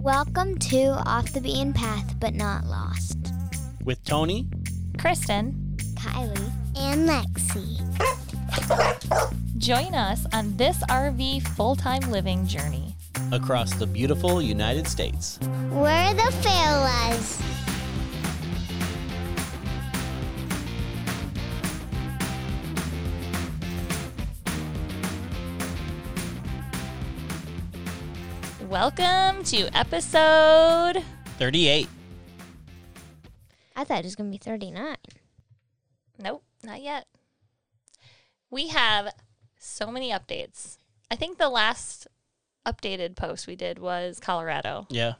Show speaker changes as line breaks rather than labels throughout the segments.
Welcome to Off the Beaten Path But Not Lost.
with Tony.
Kristen,
Kylie and Lexi.
join us on this RV full time living journey.
across the beautiful United States.
We're the Fairlas.
Welcome to episode
38.
I thought it was going to be 39.
Nope, not yet. We have so many updates. I think the last updated post we did was Colorado,
Yeah.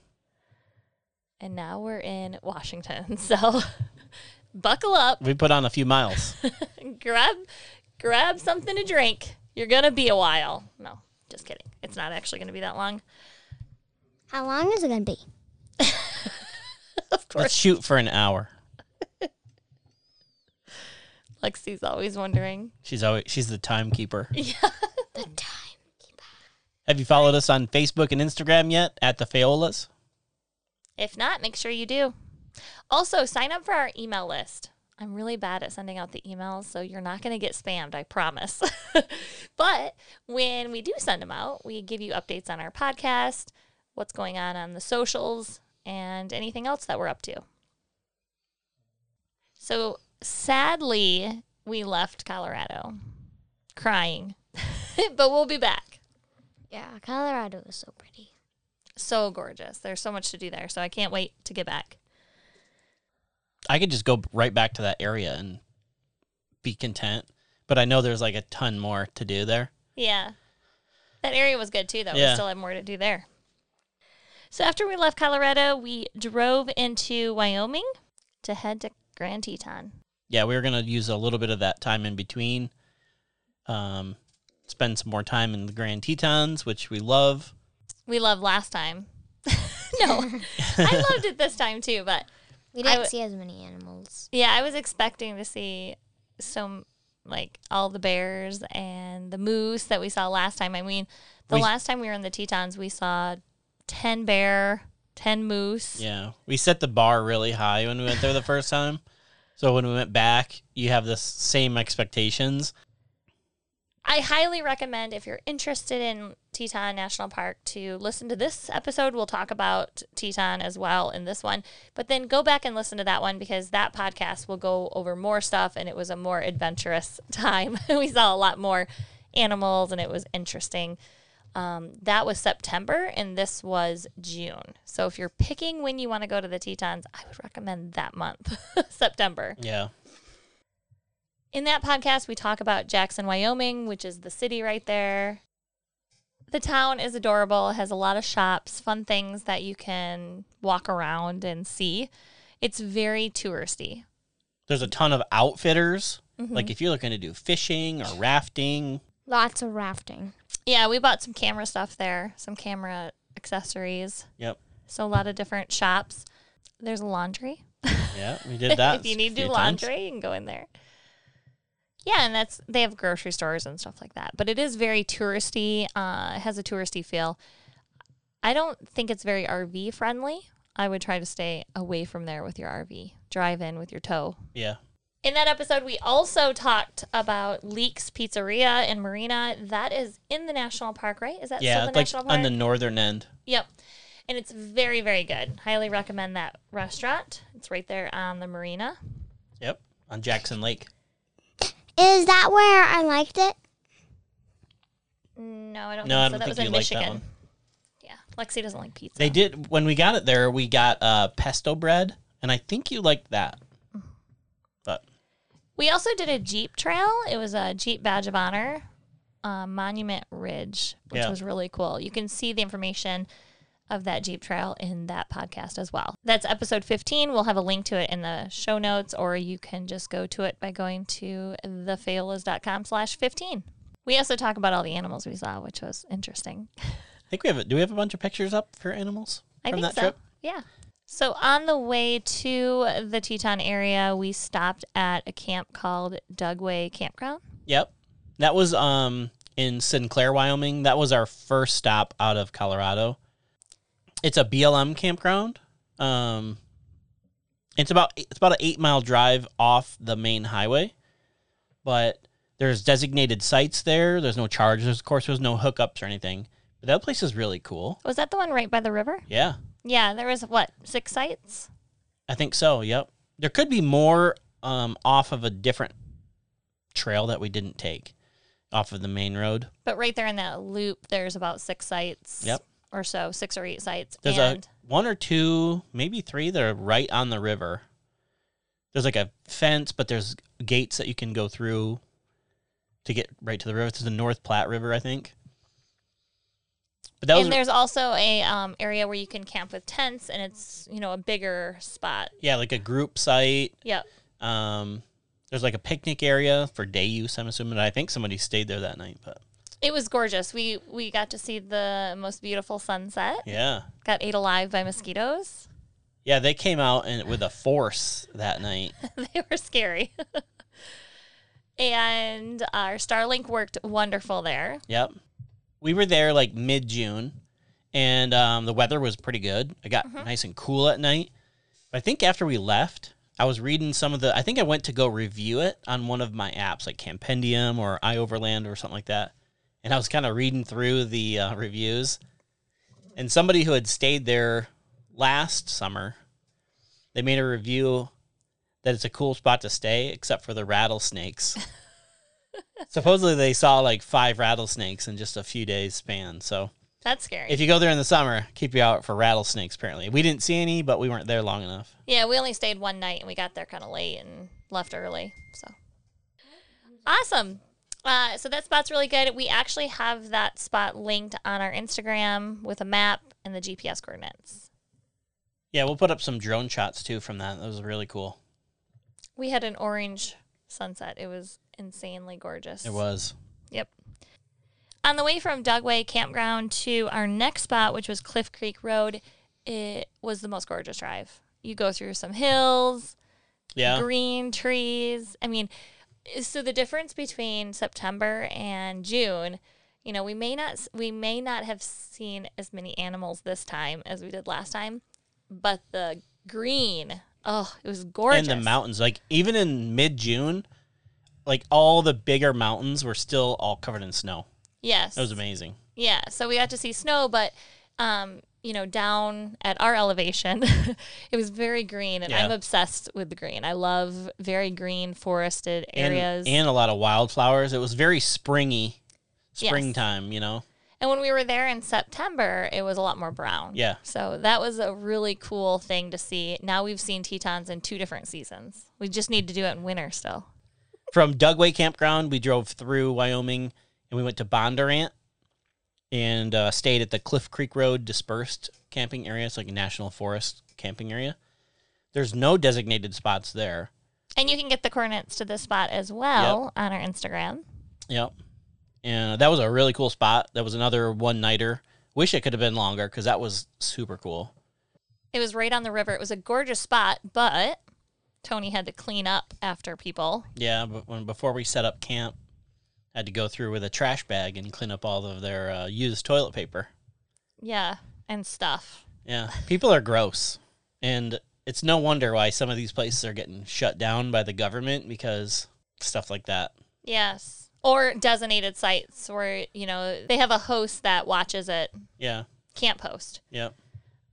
and now we're in Washington. So buckle up,
We put on a few miles.
grab grab something to drink. You're going to be a while. No, just kidding. It's not actually going to be that long.
How long is it going to be?
Of course,
Let's shoot for an hour.
Lexi's always wondering.
She's always she's the timekeeper.
The time.
Have you followed us on Facebook and Instagram yet at the Faolas?
If not, make sure you do. Also, sign up for our email list. I'm really bad at sending out the emails, so you're not going to get spammed, I promise. but when we do send them out, we give you updates on our podcast, what's going on on the socials, and anything else that we're up to. So sadly, we left Colorado crying, but we'll be back.
Yeah, Colorado is so pretty.
So gorgeous. There's so much to do there, so I can't wait to get back.
I could just go right back to that area and be content. But I know there's like a ton more to do there.
Yeah. That area was good too, though.
Yeah.
We still have more to do there. So after we left Colorado, we drove into Wyoming to head to Grand Teton.
Yeah, we were gonna use a little bit of that time in between. Um spend some more time in the Grand Tetons, which we love.
We loved last time. no, I loved it this time too, but
We
I
didn't
w-
see as many animals.
yeah, I was expecting to see some like all the bears and the moose that we saw last time. I mean, the
We-
last time we were in the Tetons, we saw 10 bear, 10 moose.
Yeah. We set the bar really high when we went there the first time. So when we went back, you have the same expectations.
I highly recommend if you're interested in Teton National Park to listen to this episode. We'll talk about Teton as well in this one, but then go back and listen to that one because that podcast will go over more stuff and it was a more adventurous time. we saw a lot more animals and it was interesting. Um, that was September and this was June. So if you're picking when you want to go to the Tetons, I would recommend that month, September.
Yeah.
In that podcast, we talk about Jackson, Wyoming, which is the city right there. The town is adorable, has a lot of shops, fun things that you can walk around and see. It's very touristy.
There's a ton of outfitters.
Mm-hmm.
Like if you're looking to do fishing or rafting,
Lots of rafting.
Yeah, we bought some camera stuff there, some camera accessories.
yep.
So, a lot of different shops. There's laundry.
Yeah, we did that.
if you need to
few
do
times.
laundry, you can go in there. Yeah, and that's they have grocery stores and stuff like that. But it is very touristy. Uh, it has a touristy feel. I don't think it's very RV friendly. I would try to stay away from there with your RV. Drive in with your tow.
Yeah.
In that episode, we also talked about Leeks Pizzeria in Marina. That is in the national park, right? Is that
Yeah,
still the
like
national park?
on the northern end.
Yep. And it's very, very good. Highly recommend that restaurant. It's right there on the marina.
Yep. On Jackson Lake.
Is that where I liked it?
No, I don't
No, I don't
think so. That
think
was
you
in
like that
Michigan.
one.
Yeah. Lexi doesn't like pizza.
They did when we got it there, we got uh pesto bread, and I think you liked that.
Mm.
But
We also did a Jeep trail. It was a Jeep Badge of Honor, uh, Monument Ridge, which
Yeah.
was really cool. You can see the information of that Jeep trail in that podcast as well. That's episode 15. We'll have a link to it in the show notes, or you can just go to it by going to thefailures.com slash 15. We also talk about all the animals we saw, which was interesting.
I think we have a, do we have a bunch of pictures up for animals
I
from
think
that
so.
trip?
Yeah. So on the way to the Teton area, we stopped at a camp called Dugway Campground.
Yep. That was um in Sinclair, Wyoming. That was our first stop out of Colorado. It's a BLM campground. Um, it's about it's about an eight mile drive off the main highway, but there's designated sites there. There's no charges, of course. There's no hookups or anything. But that place is really cool.
Was that the one right by the river?
Yeah,
Yeah, there was what six sites.
I think so. Yep. There could be more um, off of a different trail that we didn't take off of the main road.
But right there in that loop, there's about six sites.
Yep.
Or so, six or eight sites.
There's
and
a one or two, maybe three that are right on the river. There's like a fence, but there's gates that you can go through to get right to the river. It's the North Platte River, I think. But that
and
was
there's also a um, area where you can camp with tents, and it's you know a bigger spot.
yeah, like a group site.
Yep.
Um, there's like a picnic area for day use. I'm assuming. I think somebody stayed there that night, but
It was gorgeous. We we got to see the most beautiful sunset.
yeah,
Got ate alive by mosquitoes.
yeah, they came out and with a force that night.
they were scary. and our Starlink worked wonderful there.
Yep. We were there like mid June, and um, the weather was pretty good. It got nice and cool at night. But I think after we left, I was reading some of the. I think I went to go review it on one of my apps, like Campendium or iOverland or something like that. And I was kind of reading through the uh, reviews, and somebody who had stayed there last summer, they made a review that it's a cool spot to stay, except for the rattlesnakes. Supposedly they saw like five rattlesnakes in just a few days span. So
That's scary.
if you go there in the summer, keep you out for rattlesnakes. Apparently, we didn't see any, but we weren't there long enough.
yeah, we only stayed one night and we got there kind of late and left early. So awesome. Uh, so that spot's really good. We actually have that spot linked on our Instagram with a map and the GPS coordinates.
Yeah, we'll put up some drone shots too from that. That was really cool.
We had an orange sunset. It was insanely gorgeous.
It was.
Yep. On the way from Dogway Campground to our next spot, which was Cliff Creek Road, it was the most gorgeous drive. You go through some hills,
Yeah.
green trees. I mean, so the difference between September and June, you know, we may not we may not have seen as many animals this time as we did last time, but the green, oh, it was gorgeous.
And the mountains, like even in mid June, like all the bigger mountains were still all covered in snow.
Yes.
That was amazing.
Yeah, so we got to see snow, but um, you know, down at our elevation, it was very green, and
Yeah.
I'm obsessed with the green. I love very green forested
And,
areas.
and a lot of wildflowers. It was very springy,
Yes.
springtime. You know.
And when we were there in September, it was a lot more brown.
Yeah.
So that was a really cool thing to see. Now we've seen Tetons in two different seasons. We just need to do it in winter still.
from Dugway Campground, we drove through Wyoming and we went to Bondurant and uh, stayed at the Cliff Creek Road dispersed camping area. It's like a national forest camping area. There's no designated spots there.
And you can get the coordinates to this spot as well on our Instagram.
Yep. And that was a really cool spot. That was another one nighter. Wish it could have been longer because that was super cool.
It was right on the river. It was a gorgeous spot, but Tony had to clean up after people.
Yeah, but when before we set up camp, I had to go through with a trash bag and clean up all of their uh, used toilet paper.
Yeah, and stuff.
Yeah, people are gross, and it's no wonder why some of these places are getting shut down by the government because stuff like that.
Yes. Or designated sites where, you know, they have a host that watches it,
Yeah,
can't post.
yeah,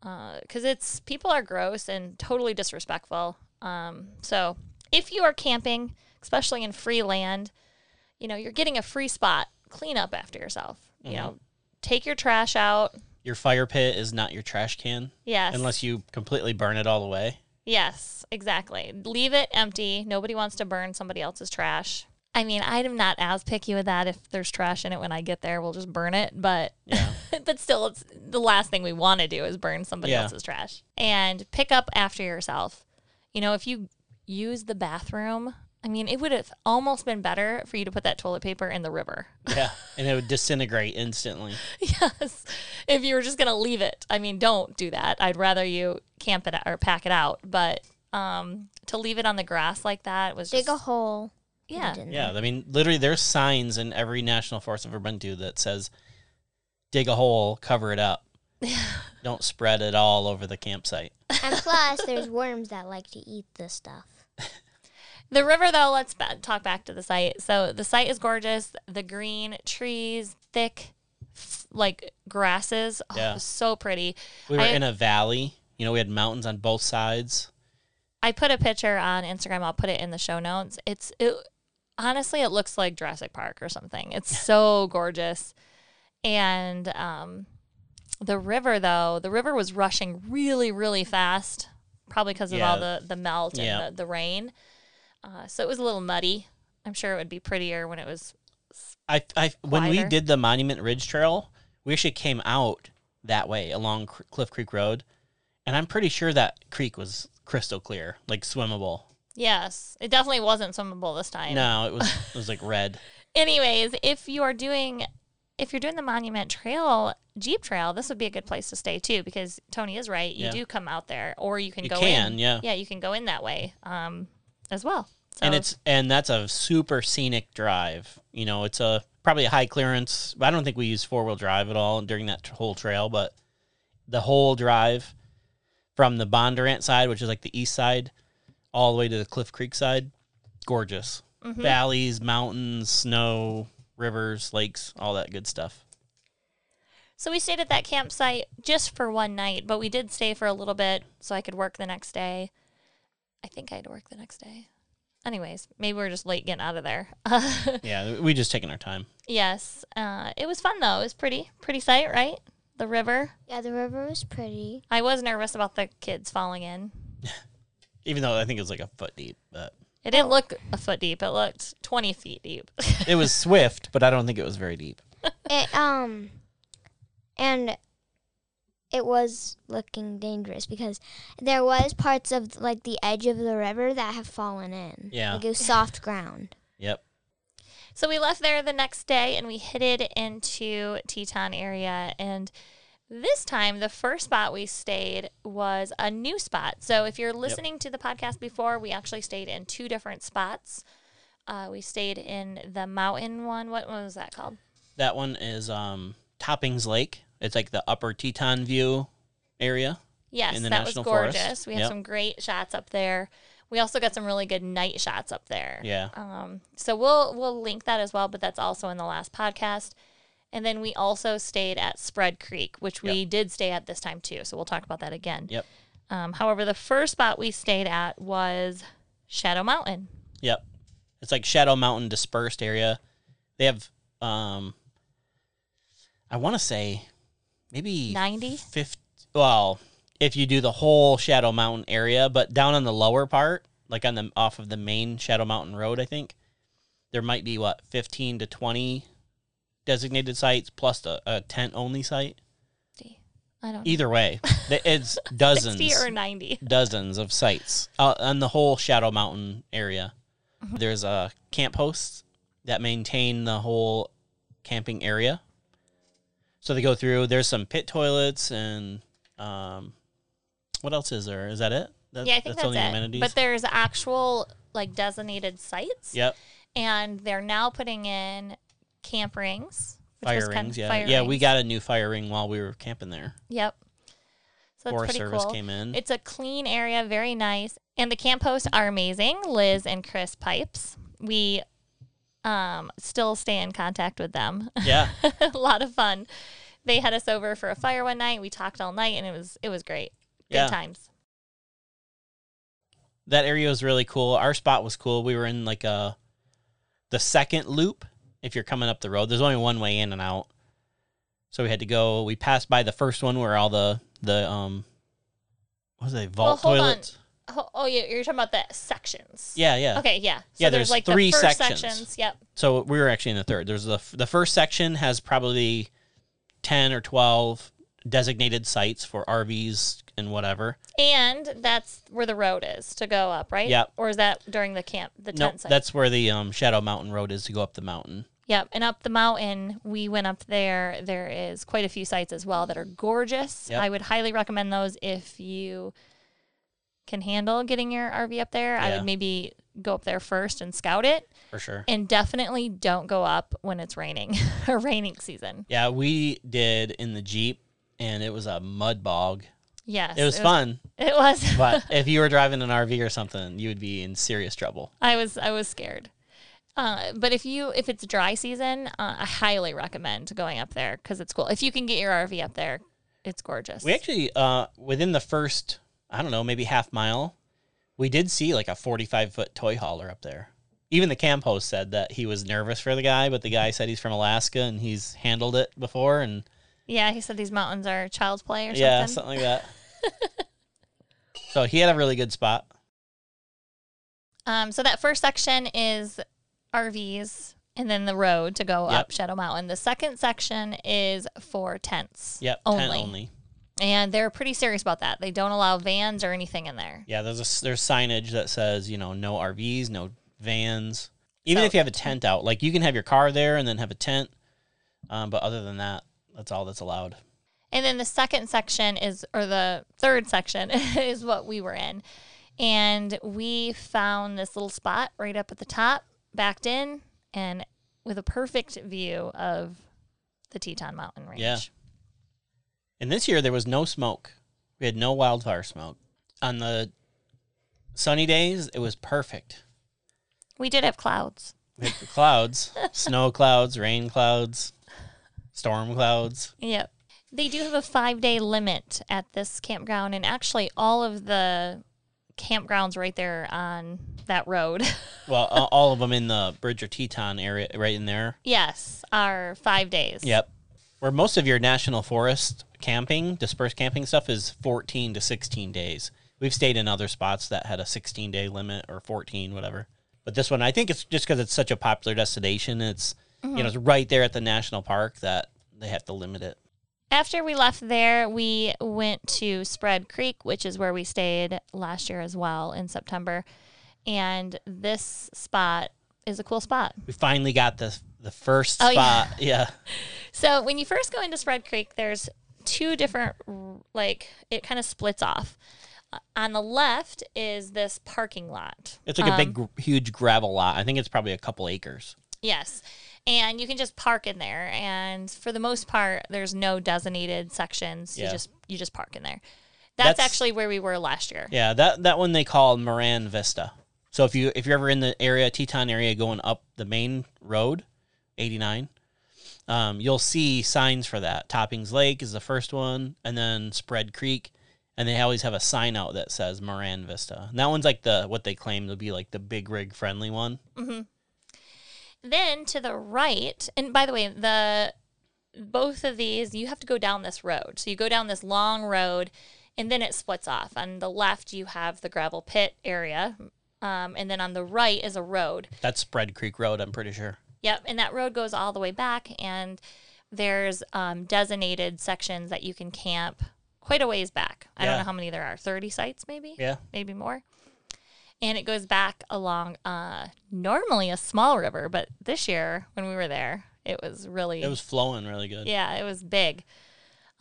Because it's people are gross and totally disrespectful. Um, so if you are camping, especially in free land, you know, you're getting a free spot. Clean up after yourself. You know, take your trash out.
your fire pit is not your trash can
Yes.
unless you completely burn it all away.
Yes, exactly. Leave it empty. Nobody wants to burn somebody else's trash. I mean, I'm not as picky with that. If there's trash in it when I get there, we'll just burn it. But
Yeah.
but still, it's the last thing we want to do is burn somebody
Yeah.
else's trash and pick up after yourself. You know, if you use the bathroom, I mean, it would have almost been better for you to put that toilet paper in the river.
Yeah, and it would disintegrate instantly.
yes, if you were just gonna leave it. I mean, don't do that. I'd rather you camp it or pack it out, but um, to leave it on the grass like that was
Dig
just
a hole. put
yeah,
it in
Yeah,
there.
I mean, literally, there's signs in every national forest I've ever been to that says, "Dig a hole, cover it up." Don't spread it all over the campsite.
And plus, there's worms that like to eat this stuff.
The river, though, let's ba- talk back to the site. So the site is gorgeous. The green trees, thick, f- like grasses. Oh,
Yeah.
it was so pretty.
We were
I-
in a valley. You know, we had mountains on both sides.
I put a picture on Instagram. I'll put it in the show notes. It's it honestly it looks like Jurassic Park or something. It's so gorgeous. And um the river though, the river was rushing really really fast, probably because of all
Yeah.
the the melt and
Yeah.
the, the rain. Uh, so it was a little muddy. I'm sure it would be prettier when it was
I, I when we
Quieter.
did the Monument Ridge Trail, we actually came out that way along C- Cliff Creek Road, and I'm pretty sure that creek was crystal clear, like swimmable.
Yes, it definitely wasn't swimmable this time.
No, it was it was like red.
Anyways, if you are doing if you're doing the Monument Trail Jeep Trail, this would be a good place to stay too because Tony is right. You
Yeah.
do come out there, or you can
You
go
can,
in.
yeah.
yeah, you can go in that way um, as well. So
and it's and that's a super scenic drive. You know, it's a probably a high clearance. I don't think we used four wheel drive at all during that t- whole trail, but the whole drive from the Bondurant side, which is like the east side, all the way to the Cliff Creek side, gorgeous valleys, mountains, snow, rivers, lakes, all that good stuff.
so we stayed at that campsite just for one night, but we did stay for a little bit so I could work the next day. I think I had to work the next day. Anyways, maybe we are just late getting out of there.
Yeah, we just taking our time.
yes, uh, it was fun though. It was pretty, pretty sight, right? The river.
Yeah, the river was pretty.
I was nervous about the kids falling in.
Even though I think it was like a foot deep, but
It didn't look a foot deep. It looked 20 feet deep.
it was swift, but I don't think it was very deep.
It um, and it was looking dangerous because there was parts of like the edge of the river that have fallen in.
Yeah.
like it was soft ground.
Yep.
so we left there the next day and we headed into Teton area. And this time, the first spot we stayed was a new spot. So if you're listening to the podcast before, we actually stayed in two different spots. Uh, we stayed in the mountain one. What one was that called?
That one is um, Toppings Lake. It's like the upper Teton view area.
Yes,
in the
that was
National Forest.
gorgeous. We had
Yep.
some great shots up there. We also got some really good night shots up there.
Yeah.
Um, so we'll we'll link that as well, but that's also in the last podcast. And then we also stayed at Spread Creek, which we did stay at this time too. So we'll talk about that again.
Yep.
Um, however, the first spot we stayed at was Shadow Mountain.
Yep. It's like Shadow Mountain dispersed area. They have um I want to say maybe
90?
50 well, if you do the whole Shadow Mountain area, but down on the lower part, like on the off of the main Shadow Mountain road, I think there might be what 15 to 20 designated sites plus a, a tent only site.
I don't know.
Either way, th- it's dozens
60 or 90.
dozens of sites uh, on the whole Shadow Mountain area.
Mm-hmm.
There's uh, camp hosts that maintain the whole camping area. So they go through. There's some pit toilets and um, what else is there? Is that it? That,
Yeah, I think that's,
only
it. But there's actual like designated sites.
yep,
and they're now putting in camp rings. which was
fire
kind of-
rings. Yeah,
fire
yeah. We
rings.
got a new fire ring while we were camping there.
Yep. So that's
Forest
pretty
Service
cool.
came in.
It's a clean area, very nice, and the camp hosts are amazing. Liz and Chris Pipes. We um, still stay in contact with them.
yeah,
a lot of fun. They had us over for a fire one night. We talked all night, and it was it was great. Good
Yeah.
times.
that area was really cool. Our spot was cool. We were in like a the second loop. If you're coming up the road, there's only one way in and out. So we had to go. We passed by the first one where all the the um what was it vault
hold on.
toilets?
Oh, oh yeah, you're talking about the sections.
Yeah, yeah.
Okay, yeah. So
Yeah,
there's,
there's
like
three
the first
sections.
Yep.
So we were actually in the third. There's the f- the first section has probably ten or twelve designated sites for RVs and whatever.
And that's where the road is to go up, right?
Yep.
Or is that during the camp, the
No,
tent site?
that's where the um, Shadow Mountain Road is to go up the mountain.
Yep. And up the mountain, we went up there. There is quite a few sites as well that are gorgeous.
Yep.
I would highly recommend those if you can handle getting your RV up there. I
Yeah.
would maybe go up there first and scout it.
For sure.
And definitely don't go up when it's raining or raining season.
Yeah, we did in the Jeep and it was a mud bog.
Yes.
It was fun,
It was.
but if you were driving an RV or something, you would be in serious trouble.
I was I was scared. Uh, but if you if it's dry season, uh, I highly recommend going up there because it's cool. If you can get your RV up there, it's gorgeous.
We actually, uh, within the first, I don't know, maybe half mile, we did see like a 45 foot toy hauler up there. Even the camp host said that he was nervous for the guy, but the guy said he's from Alaska and he's handled it before. And
yeah, he said these mountains are child's play or
yeah,
something.
something like that. so he had a really good spot.
um, so that first section is RVs and then the road to go
Yep.
up Shadow Mountain. The second section is for tents.
Yep.
Only.
Only. Tent only.
And they're pretty serious about that. They don't allow vans or anything in there.
Yeah. There's a, s- there's signage that says, you know, no RVs, no vans. Even
So-
if you have a tent out, like you can have your car there and then have a tent. Um, but other than that, that's all that's allowed.
And then the second section is, or the third section is what we were in. And we found this little spot right up at the top, backed in, and with a perfect view of the Teton Mountain Range.
Yeah. And this year there was no smoke. We had no wildfire smoke. On the sunny days, it was perfect.
We did have clouds.
We had the clouds, snow clouds, rain clouds, storm clouds.
Yep. They do have a five day limit at this campground, and actually, all of the campgrounds right there on that road,
Well, a- all of them in the Bridger Teton area, right in there.
yes, are five days.
Yep. Where most of your national forest camping, dispersed camping stuff is 14 to 16 days. We've stayed in other spots that had a 16 day limit or 14, whatever. But this one, I think it's just because it's such a popular destination. It's,
Mm-hmm.
you know, it's right there at the national park that they have to limit it.
After we left there, we went to Spread Creek, which is where we stayed last year as well in September. And this spot is a cool spot.
We finally got the, the first
Oh, yeah.
spot. Yeah.
So when you first go into Spread Creek, there's two different, r- like, it kind of splits off. Uh, On the left is this parking lot.
It's like a big, gr- huge gravel lot. I think it's probably a couple acres.
Yes. And you can just park in there and for the most part there's no designated sections. You
Yeah.
just you just park in there. That's,
That's-
actually where we were last year.
Yeah, that that one they call Moran Vista. So if you if you're ever in the area Teton area going up the main road, 89, um, you'll see signs for that. Toppings Lake is the first one, and then Spread Creek, and they always have a sign out that says Moran Vista. And that one's like the what they claim to be like the big rig friendly one.
Then to the right, and by the way, the both of these you have to go down this road. So you go down this long road, and then it splits off. On the left, you have the gravel pit area, um, and then on the right is a road.
That's Spread Creek Road, I'm pretty sure.
Yep, and that road goes all the way back, and there's um, designated sections that you can camp quite a ways back. I don't
Yeah.
know how many there are, thirty sites maybe,
Yeah.
maybe more. And it goes back along uh, normally a small river, but this year when we were there, it was really
It was flowing really good. Yeah.
yeah, it was big,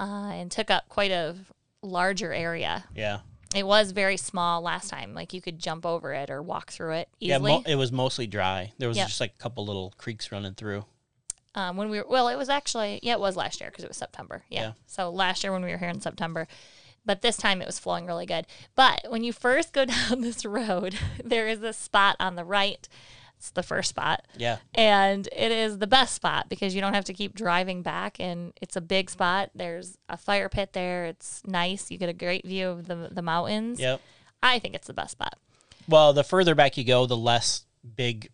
uh, and took up quite a larger area.
Yeah,
It was very small last time; like you could jump over it or walk through it easily.
mo- it was mostly dry. There was
Yep.
just like a couple little creeks running through.
um, when we were well it was actually yeah it was last year because it was september yeah.
Yeah.
so last year when we were here in september but this time it was flowing really good but when you first go down this road there is this spot on the right it's the first spot
Yeah.
and it is the best spot because you don't have to keep driving back and it's a big spot there's a fire pit there it's nice you get a great view of the, the mountains
Yep.
i think it's the best spot
Well, the further back you go, the less big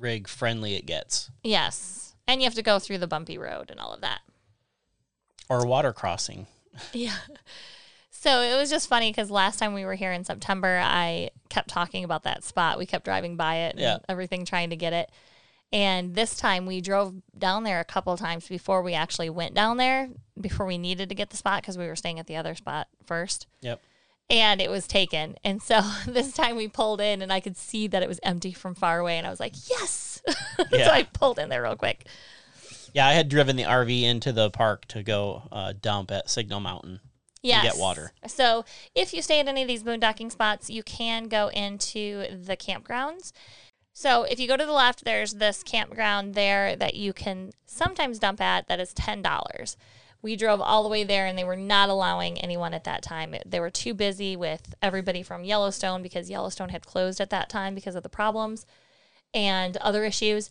rig friendly it gets,
yes and you have to go through the bumpy road and all of that
or water crossing.
Yeah. So it was just funny because last time we were here in September, I kept talking about that spot. We kept driving by it and
Yeah.
everything trying to get it. And this time we drove down there a couple times before we actually went down there, before we needed to get the spot because we were staying at the other spot first.
Yep.
And it was taken. And so this time we pulled in and I could see that it was empty from far away. And I was like, yes.
Yeah.
so I pulled in there real quick.
Yeah, I had driven the RV into the park to go uh, dump at Signal Mountain.
yes.
get water.
So if you stay at any of these boondocking spots, you can go into the campgrounds. So if you go to the left, there's this campground there that you can sometimes dump at that is ten dollars. We drove all the way there and they were not allowing anyone at that time. It- They were too busy with everybody from Yellowstone because Yellowstone had closed at that time because of the problems and other issues.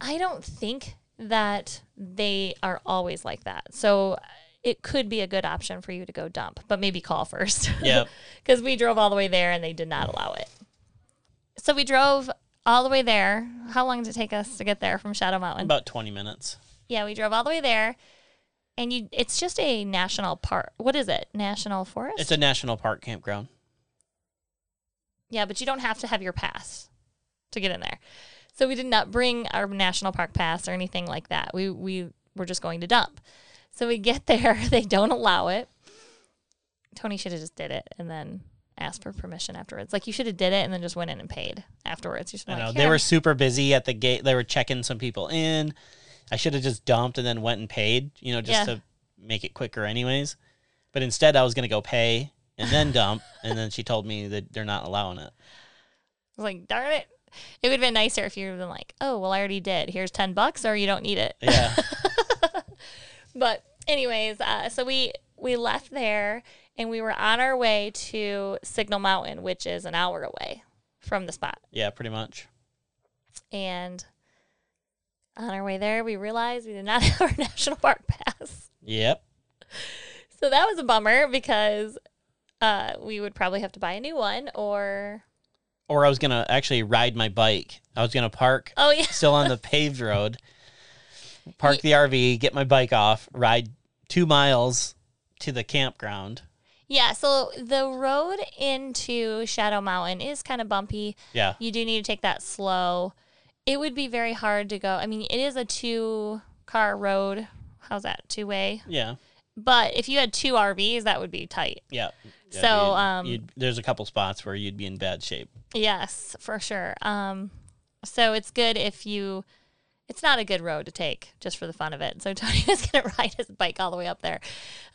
I don't think that they are always like that. So it could be a good option for you to go dump, but maybe call first.
Yep.
Because we drove all the way there and they did not allow it. So we drove all the way there. How long did it take us to get there from Shadow Mountain?
About 20 minutes.
yeah, we drove all the way there. And you it's just a national park. What is it? National forest?
It's a national park campground.
Yeah, but you don't have to have your pass to get in there. So we did not bring our national park pass or anything like that. We we were just going to dump. So we get there, they don't allow it. Tony should have just did it and then asked for permission afterwards. Like you should have did it and then just went in and paid afterwards. You should
I
have
know.
like,
They
"Here."
were super busy at the gate. They were checking some people in. I should have just dumped and then went and paid, you know, just
Yeah.
to make it quicker, anyways. But instead, I was going to go pay and then dump. and then she told me that they're not allowing it.
I was like, darn it. It would have been nicer if you would have been like, oh, well, I already did. Here's 10 bucks or you don't need it.
Yeah.
But anyways, uh, so we we left there and we were on our way to Signal Mountain, which is an hour away from the spot.
yeah, pretty much.
And on our way there, we realized we did not have our national park pass.
Yep.
So that was a bummer because uh, we would probably have to buy a new one or
Or I was going to actually ride my bike. I was going to park
oh yeah,
still on the paved road, park the RV, get my bike off, ride two miles to the campground.
yeah. So the road into Shadow Mountain is kind of bumpy.
Yeah.
you do need to take that slow. It would be very hard to go. I mean, it is a two car road. How's that? Two way.
Yeah.
But if you had two RVs, that would be tight.
Yeah.
So,
you'd-
um,
you'd- there's a couple spots where you'd be in bad shape.
Yes, for sure. Um, so it's good if you. It's not a good road to take just for the fun of it. So Tony was going to ride his bike all the way up there,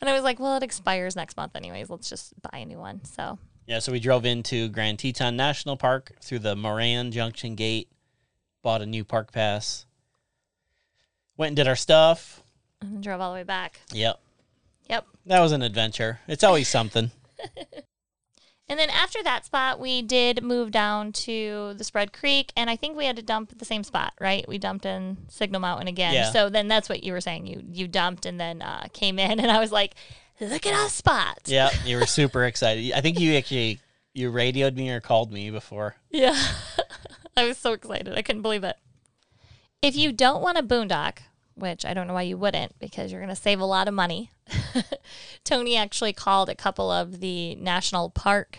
and I was like, "Well, it expires next month, anyways. Let's just buy a new one." So
Yeah. So we drove into Grand Teton National Park through the Moran Junction Gate, bought a new park pass, went and did our stuff.
and then drove all the way back.
Yep.
Yep.
That was an adventure. It's always something.
And then after that spot, we did move down to the Spread Creek, and I think we had to dump at the same spot, right? We dumped in Signal Mountain again.
Yeah.
So then that's what you were saying. You you dumped and then uh, came in, and I was like, "Look at our spots."
Yeah. You were super excited. I think you actually you radioed me or called me before.
Yeah. I was so excited. I couldn't believe it. If you don't want a boondock, which I don't know why you wouldn't because you're going to save a lot of money, Tony actually called a couple of the national park,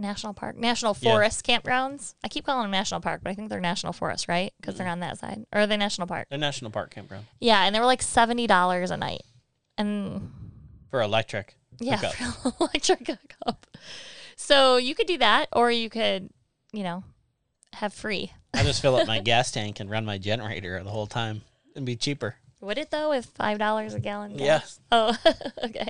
national park, national
Yeah.
forest campgrounds. I keep calling them national park, but I think they're national forest, right? Because they're on that side. Or are they national park?
The national park campground
Yeah. And they were like $70 a night. And
for electric.
yeah,
hookup.
for electric hookup. So you could do that, or you could, you know, have free.
I'll just fill up my gas tank and run my generator the whole time and be cheaper.
Would it though, if five dollars a gallon? gas?
Yes.
Oh, okay.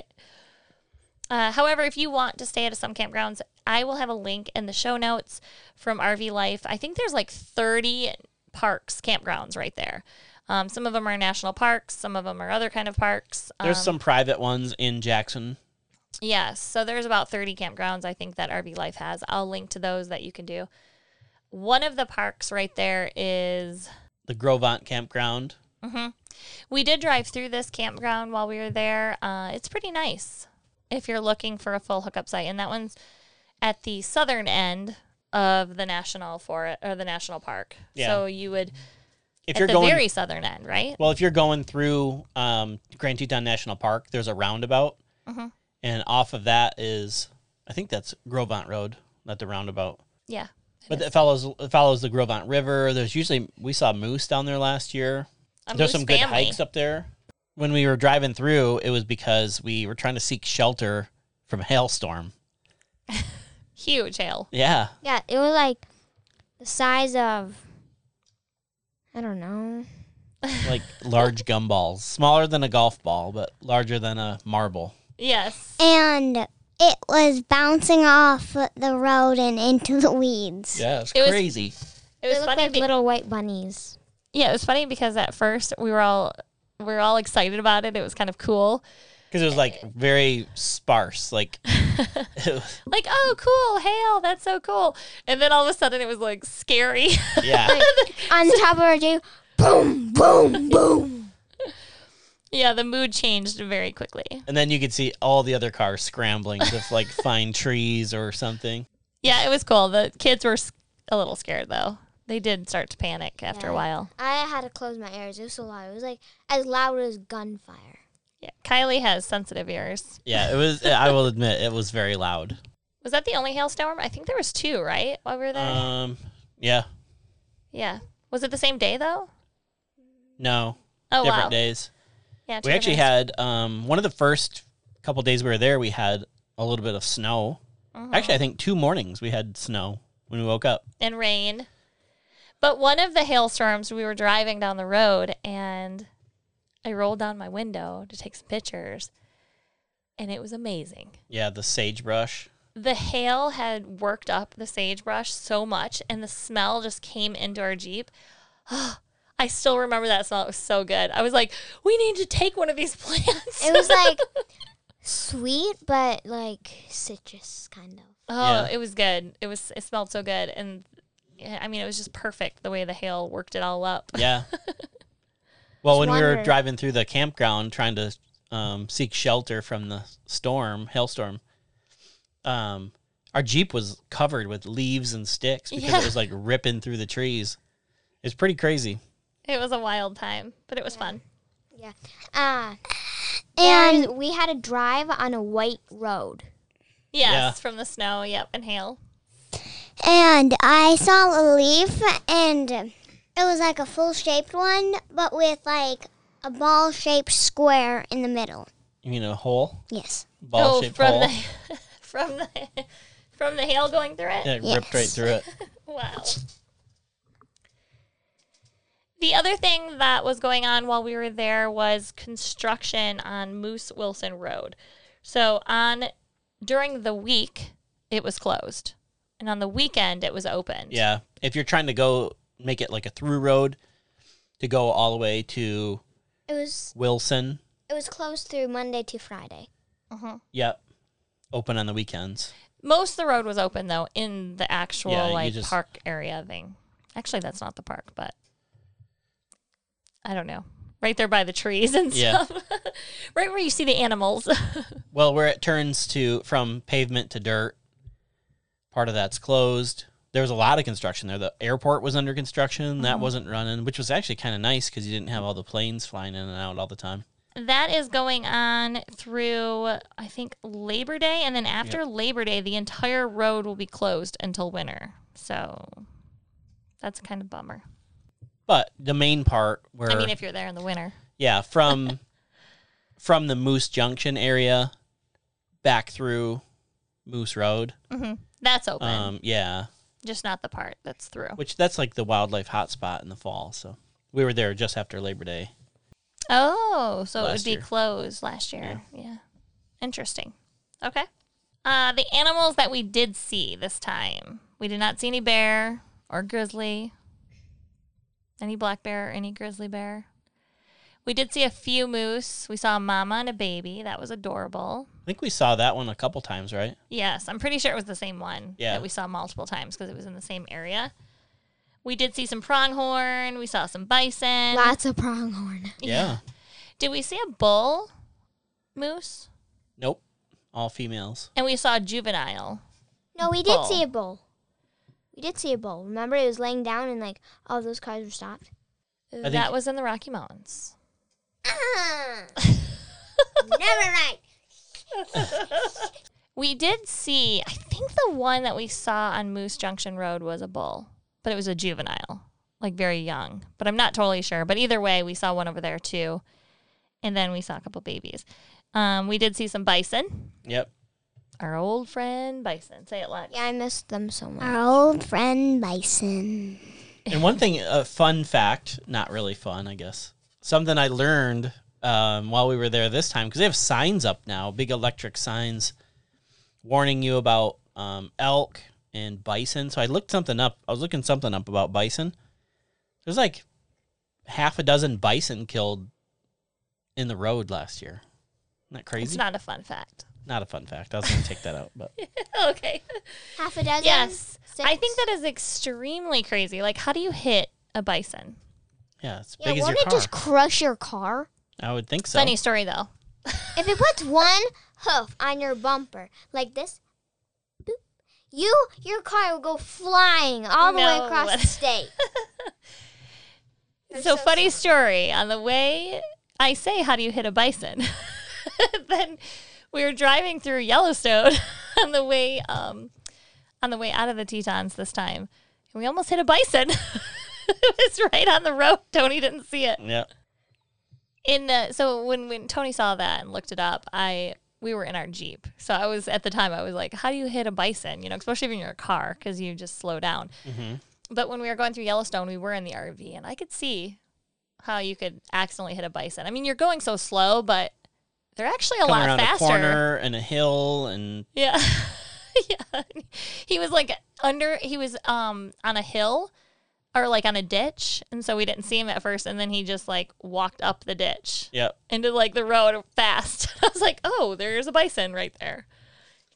Uh, however, if you want to stay at some campgrounds, I will have a link in the show notes from RV Life. I think there's like 30 parks, campgrounds right there. Um, some of them are national parks, some of them are other kind of parks. Um,
There's some private ones in Jackson.
Yes. So there's about 30 campgrounds I think that RV Life has. I'll link to those that you can do. One of the parks right there is
The Grovant campground.
We did drive through this campground while we were there. Uh, it's pretty nice if you're looking for a full hookup site, and that one's at the southern end of the national forest or the national park.
Yeah.
So you would
If
at
you're
the
going
very southern end, right?
well, if you're going through um, Grand Teton National Park, there's a roundabout,
Mhm.
and off of that is I think that's Grovant Road, not the roundabout.
Yeah.
But it follows it follows the Grovant River. There's usually we saw moose down there last year.
A
There's
moose
some good
family.
hikes up there. When we were driving through, it was because we were trying to seek shelter from hailstorm.
Huge hail.
Yeah,
Yeah, it was like the size of I don't know.
like large gumballs, smaller than a golf ball, but larger than a marble.
Yes.
And it was bouncing off the road and into the weeds.
Yeah, it's
It was-
crazy.
It
They
was
looked
funny.
like
be-
little white bunnies.
yeah, it was funny because at first we were all we we're all excited about it. It was kind of cool.
because it was like very sparse. Like, it was-
Like, oh, cool, hail, that's so cool. And then all of a sudden it was like scary.
yeah,
On top of our day, boom, boom, boom.
yeah, the mood changed very quickly.
and then you could see all the other cars scrambling to like find trees or something.
Yeah, it was cool. The kids were s- a little scared though. They did start to panic after a
Yeah.
while.
I had to close my ears. It was so loud. It was like as loud as gunfire.
Yeah, Kylie has sensitive ears.
Yeah, it was. I will admit, it was very loud.
Was that the only hailstorm? I think there was two, right? While we were there.
Um, yeah,
yeah. Was it the same day though?
no,
Oh
different
wow.
days.
Yeah, two
We actually
different-
had um one of the first couple days we were there. We had a little bit of snow.
Mhm.
Actually, I think two mornings we had snow when we woke up.
and rain. But one of the hailstorms, we were driving down the road and I rolled down my window to take some pictures and it was amazing.
Yeah, the sagebrush.
The hail had worked up the sagebrush so much and the smell just came into our Jeep. I still remember that smell. It was so good. I was like, we need to take one of these plants.
It was like sweet, but like citrus kind of.
oh,
Yeah.
it was good. It was it smelled so good and yeah, I mean, it was just perfect the way the hail worked it all up.
Yeah. well, when we were
wondering.
driving through the campground trying to um, seek shelter from the storm, hailstorm, um, our Jeep was covered with leaves and sticks because
Yeah.
it was like ripping through the trees. It's pretty crazy.
It was a wild time, but it was fun.
Ah. And we had to drive on a white road.
Yes,
Yeah.
from the snow. Yep, and hail.
And I saw a leaf, and it was like a full shaped one, but with like a ball shaped square in the middle.
You mean a hole?
Yes.
Ball shaped
Oh, from
hole?
the from the from the hail going through it.
Yeah, it ripped right
Yes.
through it.
Wow. The other thing that was going on while we were there was construction on Moose Wilson Road. So on during the week it was closed, and on the weekend it was opened.
Yeah. If you're trying to go make it like a through road to go all the way to
It was
Wilson.
it was closed through Monday to Friday.
Mhm.
Yep. Open on the weekends.
Most of the road was open though in the actual
Yeah, you
like
just-
park area thing. Actually, that's not the park, but I don't know. Right there by the trees and
Yeah.
stuff. right where you see the animals.
Well, where it turns to from pavement to dirt, part of that's closed. There was a lot of construction there. The airport was under construction.
Mm-hmm.
That wasn't running, which was actually kind of nice because you didn't have all the planes flying in and out all the time.
that is going on through I think Labor Day and then after Labor Day the entire road will be closed until winter. So that's kind of bummer.
But the main part where,
I mean if you're there in the winter.
yeah, from from the Moose Junction area back through Moose Road.
That's open.
Um, yeah,
just not the part that's through.
which that's like the wildlife hotspot in the fall. So we were there just after Labor Day.
Oh, so it
Last
would be
year.
closed last year. Yeah. Interesting. Okay. Uh, the animals that we did see this time, we did not see any bear or grizzly, any black bear or any grizzly bear. We did see a few moose. We saw a mama and a baby. That was adorable.
I think we saw that one a couple times, right?
Yes, I'm pretty sure it was the same one
Yeah.
that we saw multiple times because it was in the same area. We did see some pronghorn. We saw some bison.
Lots of pronghorn.
yeah.
Did we see a bull moose?
Nope. All females.
and we saw a juvenile.
No, we did
Bull.
see a bull. We did see a bull. Remember, it was laying down and like all those cars were stopped.
think-
that was in the Rocky Mountains. Uh-huh.
Never mind.
We did see, I think the one that we saw on Moose Junction Road was a bull, but it was a juvenile, like very young. But I'm not totally sure. But either way, we saw one over there too. And then we saw a couple babies. Um, we did see some bison,
Yep.
our old friend bison. Say it loud.
Yeah, I missed them so much.
Our old friend Bison.
And one thing, a fun fact, not really fun, I guess. Something I learned um, while we were there this time, because they have signs up now, big electric signs warning you about um, elk and bison. So I looked something up. I was looking something up about bison. There's like half a dozen bison killed in the road last year. Isn't that
It's
crazy? Not-,
not a fun fact.
a fun fact. I was going to take that out, but
okay.
Half a dozen?
Yes. I
Six.
think that is extremely crazy. Like, how do you hit a bison?
yeah, it's
Yeah,
big as your
won't it
car.
just crush your car?
I would think so.
Funny story, though.
If it
Put one hoof on your bumper like this. Boop. You, your car will go flying all the way
No.
across the state.
So, funny story. On the way, I say, "How do you hit a bison?" then we were driving through Yellowstone on the way um, on the way out of the Tetons this time, and we almost hit a bison. it was right on the road. Tony didn't see it.
Yeah.
In uh, so when when Tony saw that and looked it up, I we were in our jeep. So I was at the time I was like, "How do you hit a bison?" You know, especially if you're in your car because you just slow down
hmm
but when we were going through Yellowstone, we were in the RV, and I could see how you could accidentally hit a bison. I mean, you're going so slow, but they're actually a
Coming
lot
around
faster.
a corner and a hill and
Yeah, yeah. He was like under. He was um on a hill or like on a ditch, and so we didn't see him at first, and then he just like walked up the ditch
yeah,
into like the road fast. I was like, oh, there's a bison right there.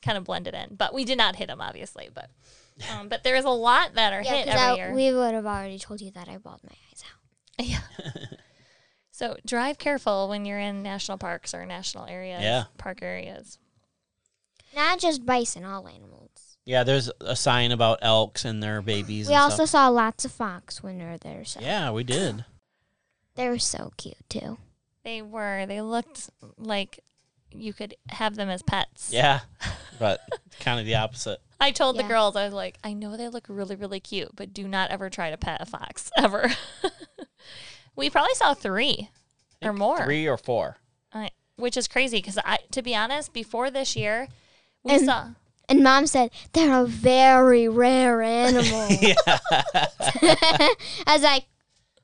Kind of blended in, but we did not hit him, obviously. But um, but there is a lot that are
yeah,
hit every
because
year.
we would have already told you that I bawled my eyes out.
Yeah. so drive careful when you're in national parks or national areas.
Yeah.
Park areas.
Not just bison, all animals.
yeah. There's a sign about elks and their babies.
We
and
also
stuff.
saw lots of fox when we were there. So
yeah, we did.
they were so cute too.
They were. They looked like you could have them as pets.
Yeah, but kind of the opposite.
I told the
Yeah.
girls, I was like, I know they look really, really cute, but do not ever try to pet a fox ever. we probably saw three or more,
Three or four.
I, which is crazy because I, to be honest, before this year, we
And-
saw.
And mom said they're a very rare animal.
Yeah.
I was like,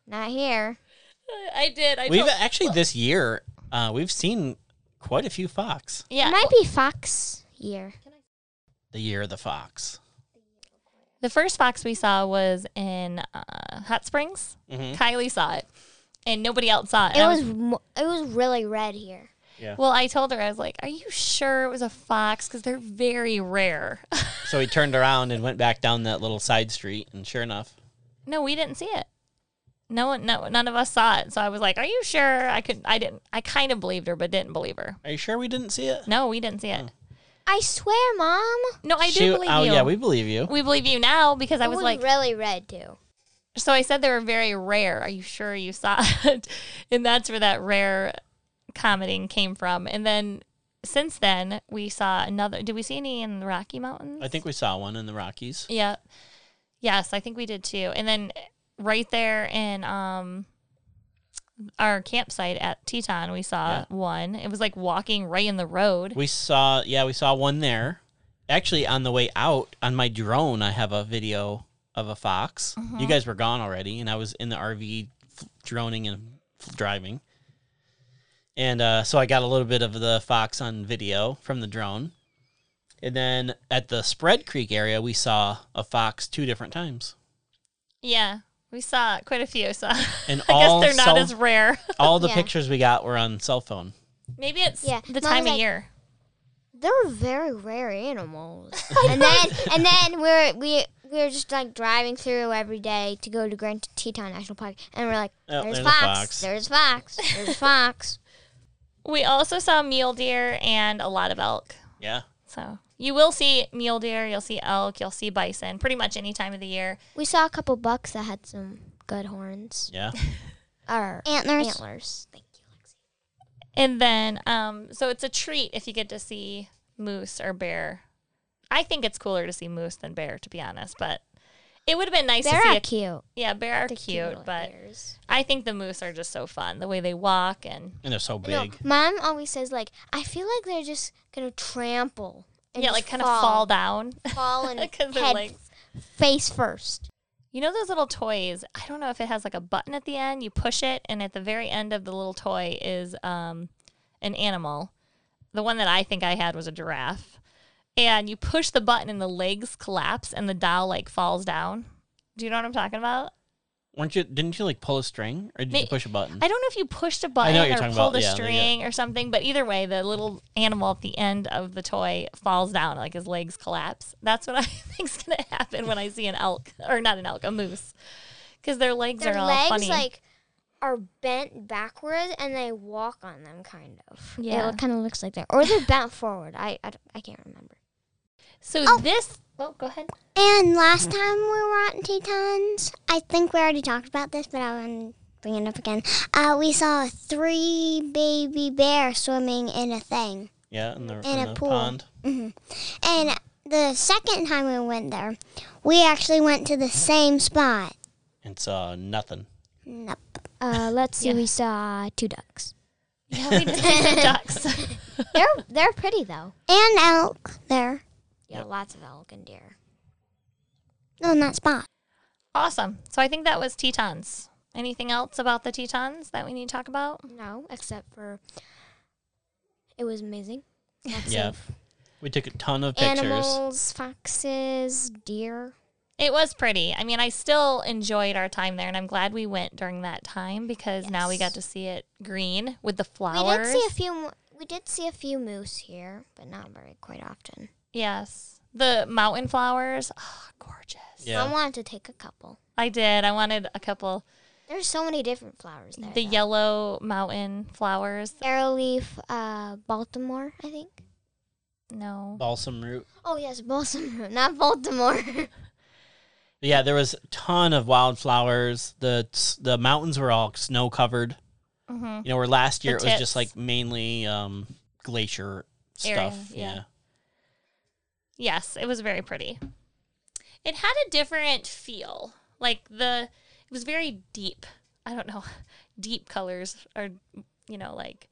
not here.
I did. I
we've
told,
actually this year uh, we've seen quite a few fox.
yeah.
It might be fox year.
The year of the fox.
The first fox we saw was in uh, Hot Springs.
Mm-hmm.
Kylie saw it, and nobody else saw it. And
It
I
was mo- it was really red here.
well. I told her I was like, "Are you sure it was a fox? Because they're very rare."
So he turned around and went back down that little side street, and sure enough,
no, we didn't see it. No one, no, none of us saw it. So I was like, "Are you sure?" I could, I didn't, I kind of believed her, but didn't believe her.
are you sure we didn't see it?
No, we didn't see it.
I swear, mom.
No, I do
She-
believe
oh
you.
yeah, we believe you.
We believe you now because I
It
was like,
really red too.
so I said they were very rare. Are you sure you saw it? And that's where that rare commenting came from. And then since then, we saw another. Did we see any in the Rocky Mountains?
I think we saw one in the Rockies.
Yeah. Yes, I think we did too. And then right there in um our campsite at Teton, we saw one. It was like walking right in the road.
We saw yeah, we saw one there. Actually, on the way out on my drone, I have a video of a fox.
Mm-hmm.
You guys were gone already, and I was in the RV f- droning and f- driving. And uh, so I got a little bit of the fox on video from the drone. And then at the Spread Creek area, we saw a fox two different times.
yeah. We saw quite a few, so
And
I guess
all
they're not
cell-
as rare.
All the
Yeah.
pictures we got were on cell phone.
Maybe it's
Yeah,
the
Mom
time
was
of
like-
year.
They're very rare animals. and then and then we're we we were just like driving through every day to go to Grand Teton National Park, and we're like,
Oh,
there's,
there's a
fox,
fox.
there's fox, there's fox.
We also saw mule deer and a lot of elk.
Yeah.
So you will see mule deer, you'll see elk, you'll see bison pretty much any time of the year.
We saw a couple bucks that had some good horns
Yeah.
or
Antlers.
antlers. Thank you, Lexi.
And then, um, so it's a treat if you get to see moose or bear. I think it's cooler to see moose than bear, to be honest. But it would have been nice
They're
to see.
all
A,
cute.
yeah, bear are
They're
cute,
little
but
bears.
I think the moose are just so fun. The way they walk and
And they're so
No,
big.
mom always says like, I feel like they're just gonna trample. And
yeah,
just
like kind of fall down.
fall and
'Cause they're
head
like-
face first.
You know those little toys? I don't know if it has like a button at the end. You push it, and at the very end of the little toy is um, an animal. The one that I think I had was a giraffe. And you push the button, and the legs collapse, and the doll like falls down. Do you know what I'm talking about?
weren't you? Didn't you like pull a string or did
They-
you push a button?
I don't know if you pushed a button
know what you're
or
talking
pulled
about.
a
Yeah, they get-
string or something, but either way, the little animal at the end of the toy falls down, like his legs collapse. That's what I think's gonna happen when I see an elk, or not an elk, a moose, because their legs
Their
are all
legs
funny.
like are bent backwards and they walk on them kind of.
Yeah.
It kind of looks like that. Or they're bent forward. I, I, don't- I can't remember.
so
Oh.
this. Oh, go ahead.
And last time we were on Tetons, I think we already talked about this, but I want to bring it up again. Uh, we saw three baby bears swimming in a thing.
yeah, in the,
In
in
a
the
pool.
pond.
And the second time we went there, we actually went to the same spot.
It's uh nothing.
Nope.
Uh, let's see.
Yeah.
We saw two ducks.
Yeah, we did see some ducks.
They're they're pretty though.
And elk there.
Yeah, lots of elk and deer.
No, in that spot.
awesome. So I think that was Tetons. Anything else about the Tetons that we need to talk about?
No, except for it was amazing. Lots
Yeah.
of
We took a ton of pictures.
animals, foxes, deer.
It was pretty. I mean, I still enjoyed our time there, and I'm glad we went during that time because now we
Yes.
got to see it green with the
We did
flowers.
see a few. mo- We did see a few moose here, but not very quite often.
yes, the mountain flowers. Oh, gorgeous.
I
Yeah.
wanted to take a couple.
I did. I wanted a couple.
There's so many different flowers there.
the
though.
yellow mountain flowers.
Arrowleaf, uh, Baltimore, I think.
No.
Balsam root.
Oh yes, Baltimore, not Baltimore.
Yeah, there was a ton of wildflowers. The the mountains were all snow covered.
hmm
You know, where last
The
year it was
tips.
just like mainly um, glacier
Area,
stuff.
yeah.
yeah.
Yes, it was very pretty. It had a different feel. Like the, it was very deep. I don't know. Deep colors are, you know, like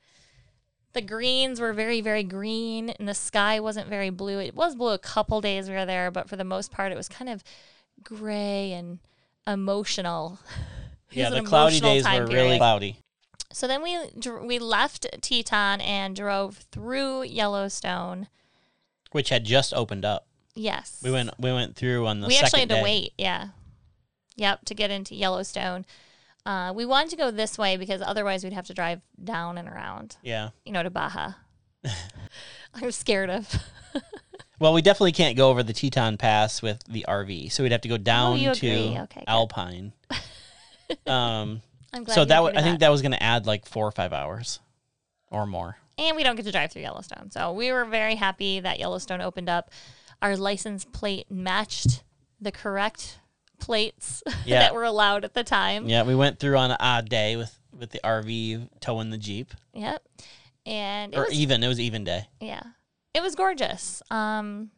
the greens were very, very green and the sky wasn't very blue. It was blue a couple days we were there, but for the most part, it was kind of gray and emotional. It
Yeah,
was
the
an
cloudy
emotional
days
time
were
period.
really cloudy.
So then we dr- we left Teton and drove through Yellowstone.
Which had just opened up.
Yes,
We went we went through on the
we
second
actually had to
day.
wait. Yeah. Yep. To get into Yellowstone. Uh, we wanted to go this way because otherwise we'd have to drive down and around,
Yeah.
you know, to Baja. I'm scared of.
Well, we definitely can't go over the Teton Pass with the RV, so we'd have to go down
Oh, you
to
agree. Okay, good.
Alpine. um,
I'm glad.
so
you
that
agree
would
to
I think that was going to add like four or five hours, or more.
and we don't get to drive through Yellowstone. So we were very happy that Yellowstone opened up. Our license plate matched the correct plates
Yeah.
that were allowed at the time.
Yeah, we went through on an odd day with with the RV towing the jeep,
Yep. And it
or
was
even it was even day.
Yeah. It was gorgeous. Um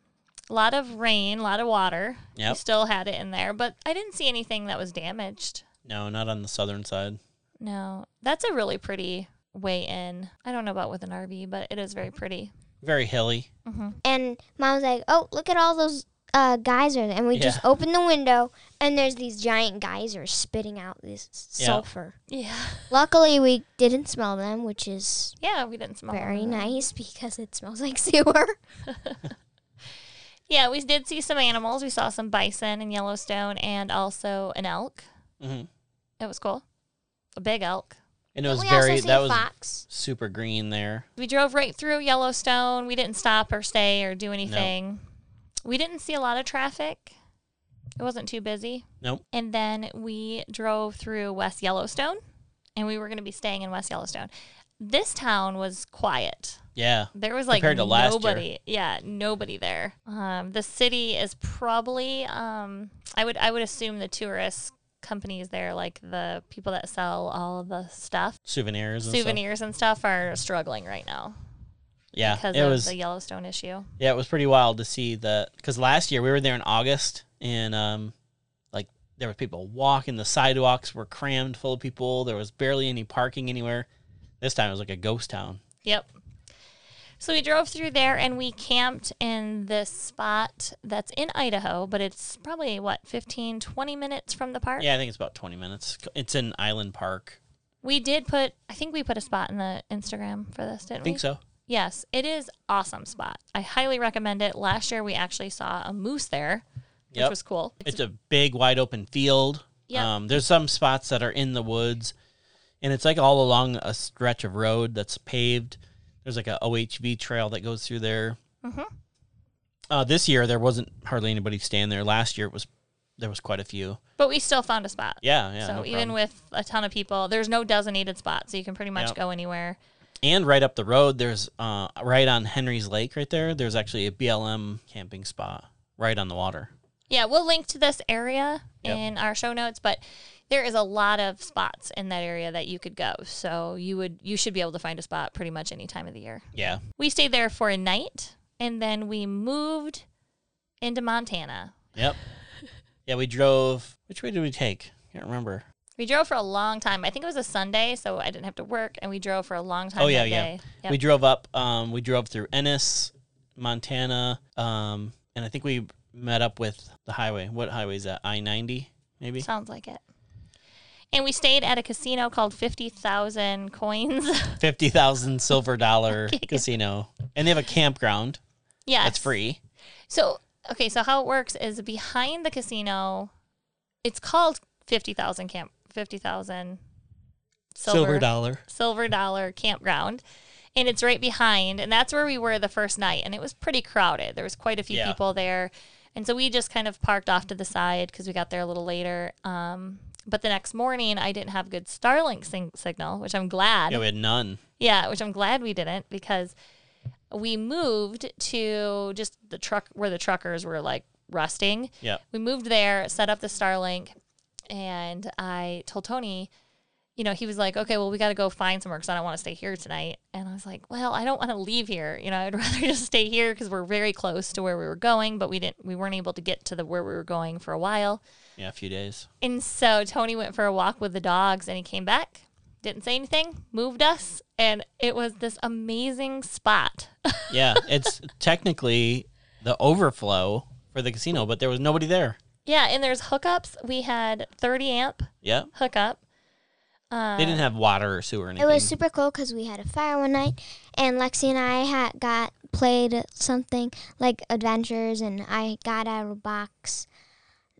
a lot of rain, a lot of water. Yeah, We
Yep.
still had it in there, but I didn't see anything that was damaged.
No, not on the southern side.
No. That's a really pretty way in. I don't know about with an RV, but it is very pretty. Mm-hmm.
Very hilly.
and mom was like, "Oh, look at all those uh, geysers!" And we just
Yeah.
opened the window, and there's these giant geysers spitting out this
Yeah.
sulfur.
Yeah.
Luckily, we didn't smell them, which is
Yeah, we didn't smell
very
Uh-huh.
them.
nice because it smells like sewer.
Yeah, we did see some animals. We saw some bison in Yellowstone and also an elk.
hmm
It was cool. A big elk.
And it was
we
very
also see
that
a
was
fox.
super green there.
We drove right through Yellowstone. We didn't stop or stay or do anything. We didn't see a lot of traffic. It wasn't too busy.
Nope.
And then we drove through West Yellowstone and we were going to be staying in West Yellowstone. This town was quiet.
Yeah.
There was like
Compared to last year.
nobody. Yeah, nobody there. Um, the city is probably um, I would I would assume the tourist companies there like the people that sell all the stuff,
Souvenirs. And stuff.
souvenirs and stuff are struggling right now
Yeah.
because
it
of
was
the Yellowstone issue.
Yeah, it was pretty wild to see the because last year we were there in August and um, like there were people walking. The sidewalks were crammed full of people. There was barely any parking anywhere. This time it was like a ghost town.
Yep. So we drove through there and we camped in this spot that's in Idaho, but it's probably what 15 20 minutes from the park.
Yeah, I think it's about twenty minutes. It's in Island Park.
We did put I think we put a spot in the Instagram for this, didn't
I
we?
think so.
Yes, it is awesome spot. I highly recommend it. Last year we actually saw a moose there, which
Yep.
was cool.
It's a big, wide open field.
Yep.
Um, there's some spots that are in the woods, and it's like all along a stretch of road that's paved. There's like a OHV trail that goes through there.
Mhm.
Uh, this year there wasn't hardly anybody staying there. Last year it was there was quite a few.
But we still found a spot.
Yeah, yeah.
so
no
even
problem.
with a ton of people, there's no designated spot, so you can pretty much
Yep.
go anywhere.
and right up the road there's uh, right on Henry's Lake right there. There's actually a BLM camping spot right on the water.
Yeah, we'll link to this area
Yep.
in our show notes, but there is a lot of spots in that area that you could go. So you would you should be able to find a spot pretty much any time of the year.
Yeah,
We stayed there for a night and then we moved into Montana.
yep, yeah. We drove. Which way did we take? Can't remember.
We drove for a long time. I think it was a Sunday, so I didn't have to work and we drove for a long time
Oh, yeah,
that
yeah.
day. Yep.
We drove up. Um, we drove through Ennis, Montana, um, and I think we met up with the highway. What highway is that? I ninety, maybe.
Sounds like it. And we stayed at a casino called 50,000 Coins.
Fifty thousand silver dollar casino, and they have a campground
yes.
that's free.
So, okay, so how it works is behind the casino, it's called 50,000 Camp, 50,000
Silver, dollar.
Silver Dollar Campground. And it's right behind. And that's where we were the first night. And it was pretty crowded. There was quite a few
Yeah.
people there. And so we just kind of parked off to the side because we got there a little later. Um, but the next morning, I didn't have good Starlink sing- signal, which I'm glad.
Yeah, we had none.
Yeah, which I'm glad we didn't because we moved to just the truck where the truckers were like rusting.
Yeah,
We moved there, set up the Starlink, and I told Tony, you know, he was like, okay, well, we got to go find somewhere because I don't want to stay here tonight. And I was like, well, I don't want to leave here. You know, I'd rather just stay here because we're very close to where we were going, but we didn't, we weren't able to get to the where we were going for a while.
yeah, a few days.
And so Tony went for a walk with the dogs and he came back, didn't say anything, moved us, and it was this amazing spot.
Yeah, it's technically the overflow for the casino, but there was nobody there.
yeah, and there's hookups. We had 30 amp
Yeah,
hookup. Um,
they didn't have water or sewer or
Uh, It
anything.
was super cool because we had a fire one night, and Lexi and I had got played something like adventures, and I got out of a box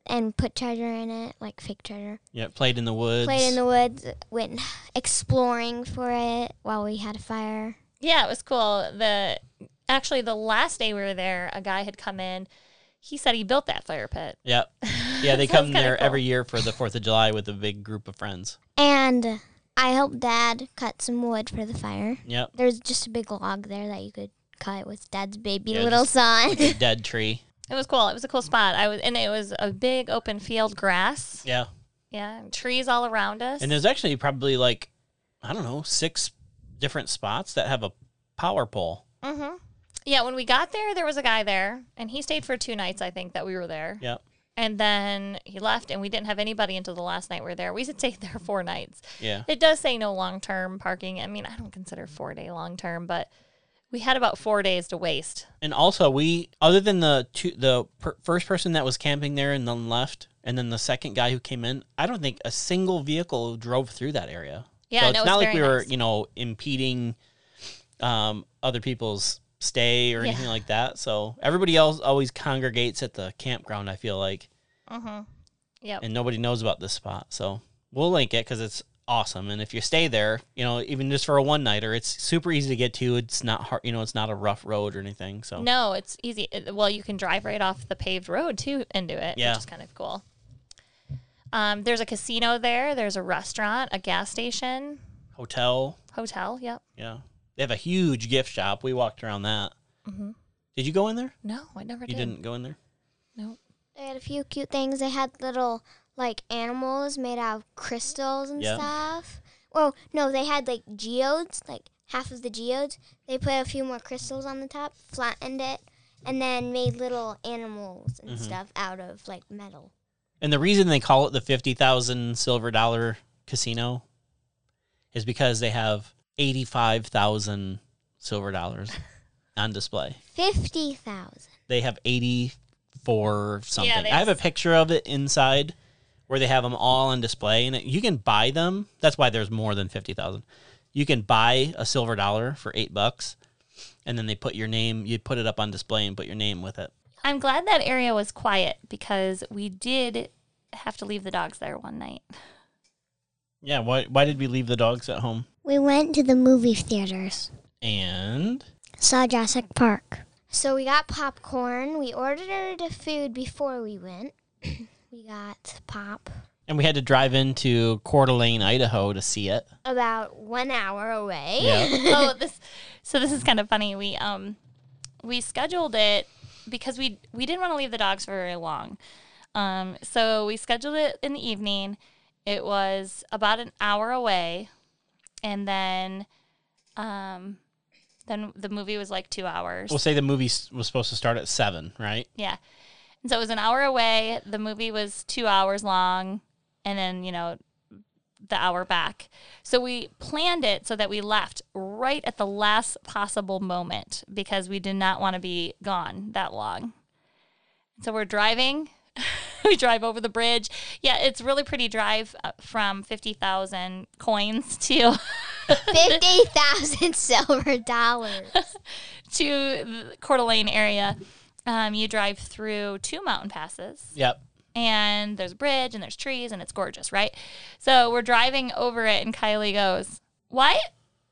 and put charger in it, like fake charger.
yeah, played in the woods.
Played in the woods, went exploring for it while we had a fire.
yeah, it was cool. The actually the last day we were there, a guy had come in. He said he built that fire pit.
Yeah. Yeah, they
So it's
come
kinda
there
cool.
every year for the 4th of July with a big group of friends.
And I helped Dad cut some wood for the fire.
Yep.
There's just a big log there that you could cut with Dad's baby
Yeah,
little
just-
son.
Like a dead tree.
It was cool. It was a cool spot. I was, and it was a big open field, grass.
Yeah.
Yeah, and trees all around us.
And there's actually probably like, I don't know, six different spots that have a power pole.
Mm-hmm. Yeah, when we got there, there was a guy there, and he stayed for two nights, I think, that we were there.
Yep.
And then he left, and we didn't have anybody until the last night we were there. We had stayed there four nights.
Yeah.
It does say no long term parking. I mean, I don't consider four day long term, but we had about four days to waste.
And also, we, other than the two, the per, first person that was camping there and then left, and then the second guy who came in, I don't think a single vehicle drove through that area.
Yeah,
so
no,
it's
it was
not like
very
we were,
nice.
you know, impeding um, other people's stay or
Yeah.
anything like that. So everybody else always congregates at the campground. I feel like,
Mm-hmm. Yep.
and nobody knows about this spot. So we'll link it because it's awesome. And if you stay there, you know, even just for a one nighter, it's super easy to get to. It's not hard, you know, it's not a rough road or anything. So
No, it's easy. It- Well, you can drive right off the paved road too into it,
Yeah.
which is kind of cool. Um, there's a casino there. There's a restaurant, a gas station,
hotel,
hotel. Yep.
yeah, they have a huge gift shop. We walked around that.
Mhm.
Did you go in there?
No, I never
You
did.
didn't go in there.
No.
They had a few cute things. They had little like animals made out of crystals and
Yeah.
stuff. Well, no, they had like geodes, like half of the geodes. They put a few more crystals on the top, flattened it, and then made little animals
Mm-hmm.
and stuff out of like metal.
And the reason they call it the 50,000 silver dollar casino is because they have 85,000 silver dollars on display.
Fifty thousand.
They have 84 something.
they
I have a picture of it inside where they have them all on display and it, you can buy them. That's why there's more than 50,000. You can buy a silver dollar for 8 bucks and then they put your name, you put it up on display and put your name with it.
I'm glad that area was quiet because we did have to leave the dogs there one night.
Yeah, why why did we leave the dogs at home?
We went to the movie theaters,
And
saw Jurassic Park.
So we got popcorn. We ordered food before we went. we got pop.
and we had to drive into Coeur d'Alene, Idaho to see it.
About one hour away.
Yeah.
oh, this. So this is kind of funny. We um, we scheduled it because we we didn't want to leave the dogs for very long. Um, so we scheduled it in the evening. It was about an hour away, and then, um, then the movie was like two hours.
We'll say the movie s- was supposed to start at 7, right?
Yeah. And so it was an hour away. The movie was two hours long, and then, you know, the hour back. So we planned it so that we left right at the last possible moment because we did not want to be gone that long. So we're driving. we drive over the bridge. Yeah, it's really pretty drive uh, from 50,000 coins to
Fifty thousand silver dollars.
to the Coeur d'Alene area. Um, you drive through two mountain passes.
Yep.
and there's a bridge and there's trees and it's gorgeous, right? So we're driving over it and Kylie goes, "Why?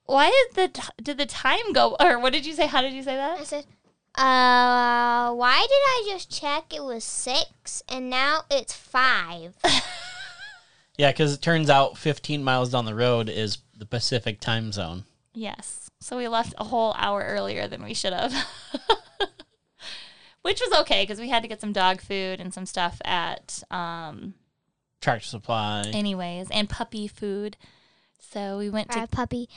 Why is the t- did the time go or what did you say? How did you say
I
that?
said, uh, why did I just check it was six and now it's five?
Yeah, cuz it turns out 15 miles down the road is the Pacific time zone.
Yes. So we left a whole hour earlier than we should have. Which was okay because we had to get some dog food and some stuff at um
Tractor Supply.
anyways and puppy food. So we went
Or
to
a puppy.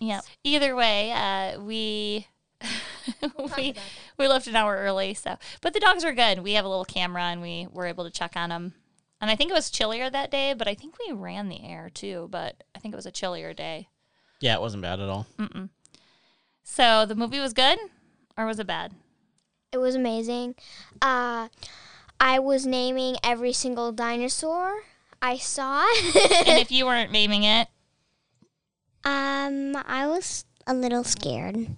Yeah. Either way, uh, we we we left an hour early. So, but the dogs were good. We have a little camera, and we were able to check on them. And I think it was chillier that day, but I think we ran the air too. But I think it was a chillier day.
Yeah, it wasn't bad at all.
So the movie was good, or was it bad?
It was amazing. Uh, I was naming every single dinosaur I saw.
and if you weren't naming it,
Um, I was a little scared.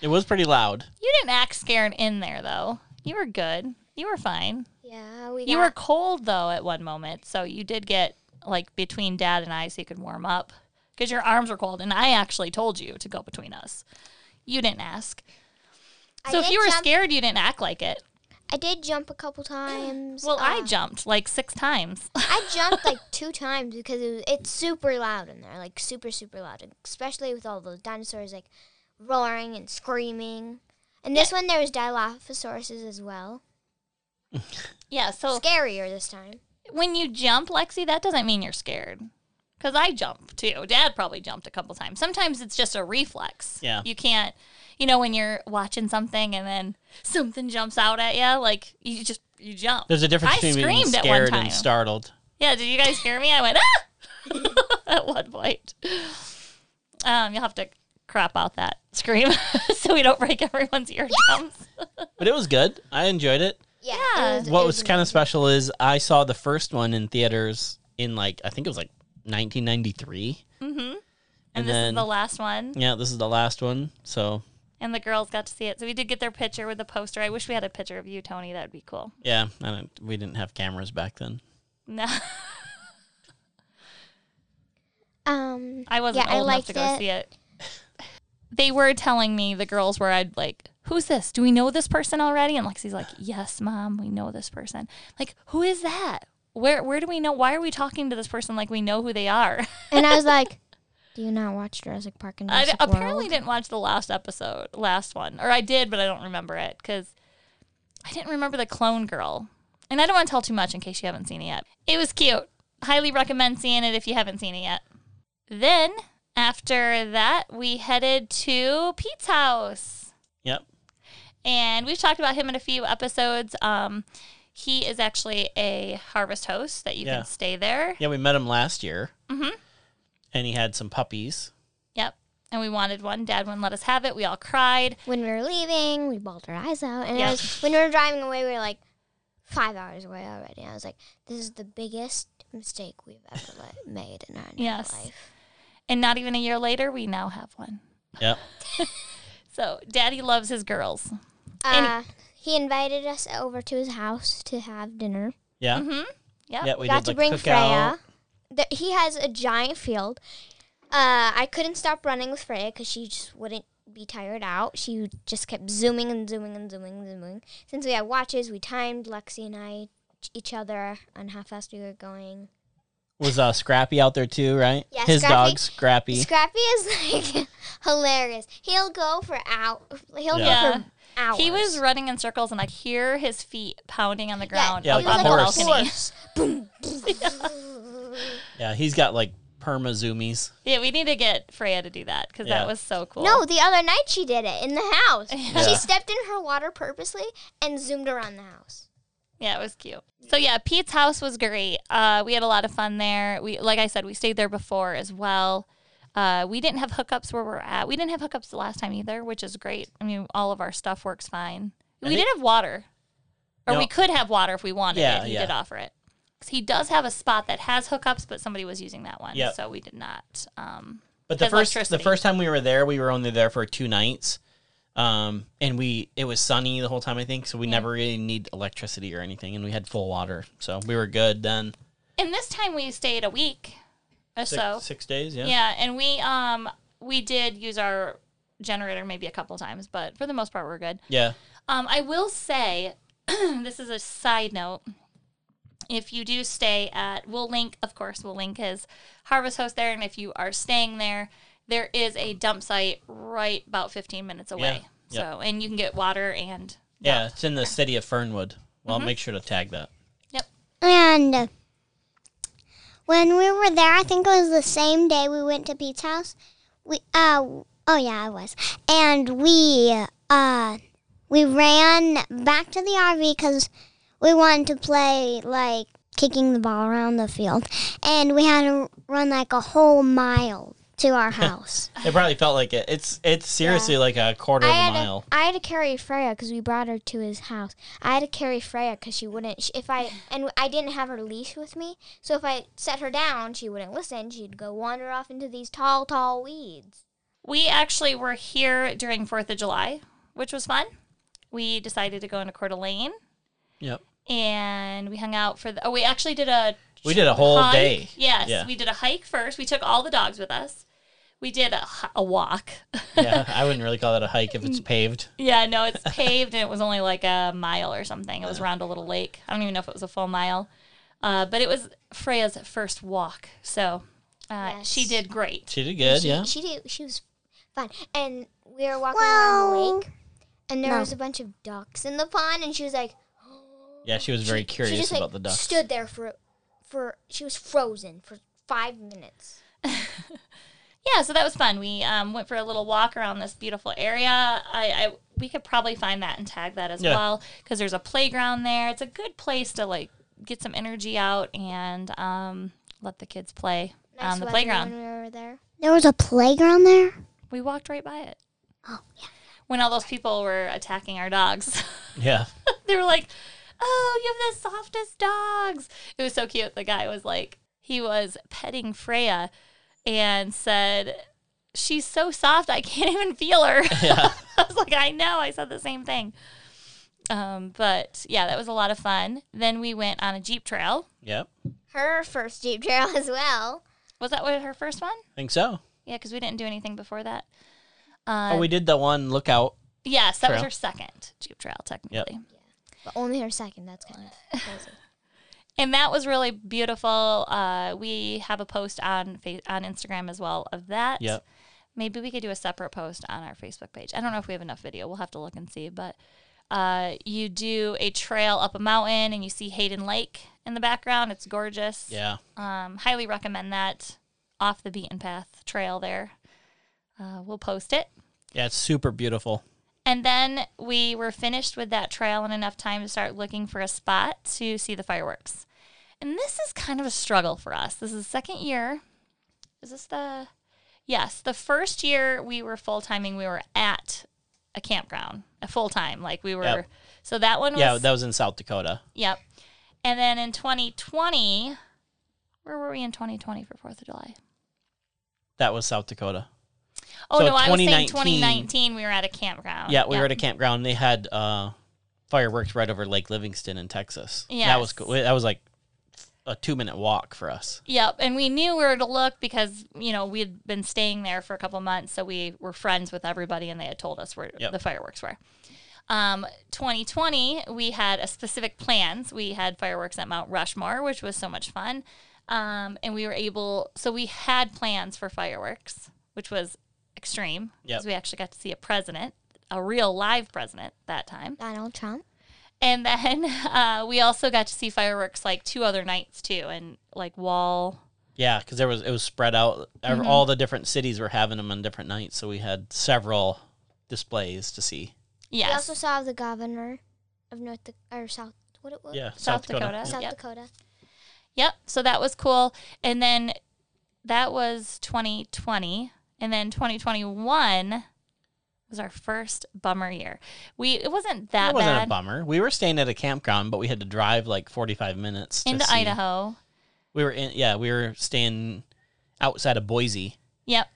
It was pretty loud.
you didn't act scared in there though. You were good. You were fine.
yeah, we
You
got-
were cold though at one moment, so you did get like between dad and I, so you could warm up because your arms were cold. And I actually told you to go between us. You didn't ask.
I
So if
did
you were
jump-
scared, you didn't act like it.
I did jump a couple times.
Well, I
Uh,
jumped like six times.
I jumped like two times because it was, it's super loud in there, like super super loud, especially with all those dinosaurs like roaring and screaming. And this one there was Dilophosaurus as well.
yeah. So
Scarier this time.
when you jump, Lexi, that doesn't mean you're scared. Because I jump too. Dad probably jumped a couple times. Sometimes it's just a reflex.
Yeah.
You can't, you know, when you're watching something and then something jumps out at you, like you just, you jump.
There's a difference
I
between being
screamed at one
scared
time.
and startled.
Yeah, did you guys hear me? I went ah at one point. Um, you'll have to crop out that scream so we don't break everyone's eardrums.
But it was good. I enjoyed it.
Yeah.
Yeah.
It was,
What was kind of special is I saw the first one in theaters in like I think it was like 1993.
Mm-hmm.
And
And, this
then-
is the last one.
Yeah, this is the last one. So
And the girls got to see it. So we did get their picture with the poster. I wish we had a picture of you, Tony. That would be cool.
yeah, I don't, we didn't have cameras back then.
No,
um
I wasn't
Yeah, I
old enough to
liked
go
it.
see it. They were telling me, the girls were, I'd like, who's this? Do we know this person already? And Lexi's like, yes, mom, we know this person. Like, who is that? Where, where do we know? Why are we talking to this person like we know who they are?
and I was like, Do you not watch Jurassic Park and
I d-
Jurassic
apparently
World?
didn't watch the last episode, last one, or I did, but I don't remember it because I didn't remember the clone girl, and I don't want to tell too much in case you haven't seen it yet. It was cute. Highly recommend seeing it if you haven't seen it yet. Then after that, we headed to Pete's house
Yep.
and we've talked about him in a few episodes. Um, he is actually a harvest host that you
Yeah.
can stay there.
Yeah, we met him last year. Mm-hmm. And he had some puppies.
Yep. And we wanted one. Dad wouldn't let us have it. We all cried.
when we were leaving, we bawled our eyes out. And
Yeah.
I was, when we were driving away, we were like five hours away already. I was like, this is the biggest mistake we've ever like, made in our entire
Yes.
life.
And not even a year later, we now have one.
Yep.
So daddy loves his girls.
Uh, he invited us over to his house to have dinner.
Yeah.
hmm Yep.
Yeah, we
got to
did like
bring
cookout.
Freya. There, he has a giant field. Uh, I couldn't stop running with Freya because she just wouldn't be tired out. She just kept zooming and zooming and zooming and zooming. Since we had watches, we timed Lexi and I ch- each other on how fast we were going.
Was uh, Scrappy out there too, right?
Yeah,
His
Scrappy-
dog Scrappy.
Scrappy is like hilarious. He'll go for out. He'll go
Yeah.
for hours.
He was running in circles and I hear his feet pounding on the ground.
Yeah,
up
like
on
a
the
horse.
balcony.
yeah, he's got like perma zoomies.
Yeah, we need to get Freya to do that because
Yeah.
that was so
Oh.
cool.
No, the other night she did it in the house.
Yeah.
She stepped in her water purposely and zoomed around the house.
Yeah, it was cute. So yeah, Pete's house was great. Uh, we had a lot of fun there. We, like I said, we stayed there before as well. Uh, we didn't have hookups where we're at. We didn't have hookups the last time either, which is great. I mean, all of our stuff works fine.
I
we
think-
did have water, or
No.
we could have water if we wanted
Yeah,
it. He
yeah.
did offer it. 'Cause He does have a spot that has hookups, but somebody was using that one,
Yep.
so we did not. Um,
But the
Has
first the
electricity.
first time we were there, we were only there for two nights. Um, and we it was sunny the whole time I think, so we never really need electricity or anything, and we had full water, so we were good then.
and this time we stayed a week or
Six,
so.
six days, yeah.
Yeah, and we um we did use our generator maybe a couple times, but for the most part we're good.
Yeah.
Um, I will say this is a side note. If you do stay at, we'll link, of course, we'll link his Harvest Host there, and if you are staying there, there is a dump site right about 15 minutes away.
yeah.
So, and you can get water and
Yeah, it's in the city of Fernwood. Well,
Mm-hmm.
I'll make sure to tag that.
And uh, when we were there, I think it was the same day we went to Pete's house. We uh oh yeah, I was. And we uh we ran back to the RV cuz we wanted to play like kicking the ball around the field. And we had to run like a whole mile to our house.
It probably felt like it. It's it's seriously like a quarter of
I
a
had,
mile.
to, I had to carry Freya because we brought her to his house. I had to carry Freya because she wouldn't. She, if I and I didn't have her leash with me, so if I set her down, she wouldn't listen. She'd go wander off into these tall, tall weeds.
We actually were here during 4th of July, which was fun. We decided to go into Coeur d'Alene
Yep.
and we hung out for the, oh, we actually did a
We did a whole
hike.
day.
Yes,
Yeah.
we did a hike first. We took all the dogs with us. We did a, h- a walk.
yeah, I wouldn't really call that a hike if it's paved.
yeah, no, it's paved and it was only like a mile or something. It was around a little lake. I don't even know if it was a full mile, uh, but it was Freya's first walk, so uh, she did great.
She did good,
She,
yeah.
she did. She was fun, and we were walking around the
Well,
lake, and there
no.
was a bunch of ducks in the pond, and she was like,
Yeah, she was very curious
she just
about
like
the ducks.
stood there for, for she was frozen for five minutes.
Yeah, so that was fun. We um, went for a little walk around this beautiful area. I, I we could probably find that and tag that as
Yeah.
well because there's a playground there. It's a good place to like get some energy out and um, let the kids play
Nice
on the
weather
playground.
when we were there.
there was a playground there?
We walked right by it.
Oh,
When all those people were attacking our dogs,
Yeah.
they were like, "Oh, you have the softest dogs." It was so cute. The guy was like, he was petting Freya, and said, "She's so soft, I can't even feel her."
Yeah.
I was like, "I know." I said the same thing. Um, but yeah, that was a lot of fun. Then we went on a jeep trail.
Yep.
Her first Jeep trail as well.
Was that what her first one?
think so.
Yeah, because we didn't do anything before that. Uh,
oh, we did the one lookout.
yes, that was
trail.
her second jeep trail, technically.
But only her second. That's kind of crazy.
and that was really beautiful. Uh, we have a post on Fa- on Instagram as well of that.
Yep.
Maybe we could do a separate post on our Facebook page. I don't know if we have enough video. We'll have to look and see. But uh, you do a trail up a mountain and you see Hayden Lake in the background. It's gorgeous.
Yeah.
Um, highly recommend that off the beaten path trail there. Uh, we'll post it.
Yeah, it's super beautiful.
And then we were finished with that trail in enough time to start looking for a spot to see the fireworks. And this is kind of a struggle for us. This is the second year. Is this the Yes, the first year we were full timing, we were at a campground, a full time. Like we were
Yep.
so that one was
Yeah, that was in South Dakota.
Yep. And then in 2020, where were we in 2020 for 4th of July?
That was South Dakota.
Oh,
So
no, I was
2019
saying 2019, we were at a campground.
Yeah, we
Yep.
were at a campground. They had uh, fireworks right over Lake Livingston in Texas. Yeah, that was
Yes.
cool. That was like a two minute walk for us.
Yep, and we knew where to look because you know we had been staying there for a couple months, so we were friends with everybody, and they had told us where
Yep.
the fireworks were. Um, 2020, we had a specific plans. We had fireworks at Mount Rushmore, which was so much fun, um, and we were able. So we had plans for fireworks, which was extreme
Yep.
because we actually got to see a president, a real live president that time.
Donald Trump.
And then uh, we also got to see fireworks like two other nights too, and like wall.
Yeah, because there was it was spread out. Ev-
Mm-hmm.
All the different cities were having them on different nights, so we had several displays to see.
Yes.
We also saw the governor of North Dak- or South. What it was?
Yeah,
South Dakota.
South
Yep.
Dakota.
Yep. So that was cool. And then that was 2020. And then 2021 was our first bummer year. We it wasn't that
That wasn't
bad
a bummer. We were staying at a campground, but we had to drive like forty five minutes to
into
see-
Idaho.
We were in yeah, we were staying outside of Boise.
Yep.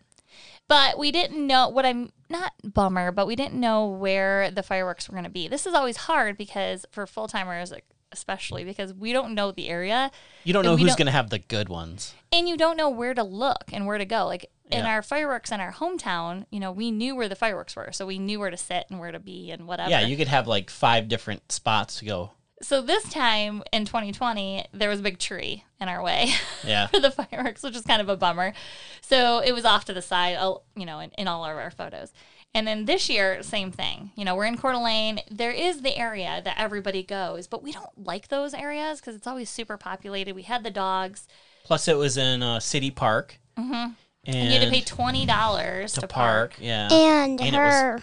But we didn't know what I'm not bummer, but we didn't know where the fireworks were going to be. This is always hard because for full timers, especially because we don't know the area.
You don't
And
know
we
who's
don't-
gonna have the good ones.
and you don't know where to look and where to go. Like in
Yeah.
our fireworks in our hometown, you know, we knew where the fireworks were, so we knew where to sit and where to be and whatever.
Yeah, you could have like five different spots to go.
so this time in 2020, there was a big tree in our way
Yeah.
for the fireworks, which is kind of a bummer. So it was off to the side, uh, you know, in, in all of our photos. And then this year, same thing. You know, we're in Coeur d'Alene. There is the area that everybody goes, but we don't like those areas because it's always super populated. We had the dogs.
Plus, it was in a city park. Mm-hmm. And,
And you had to pay twenty dollars to,
to
park.
park. Yeah.
And,
And it was-
her,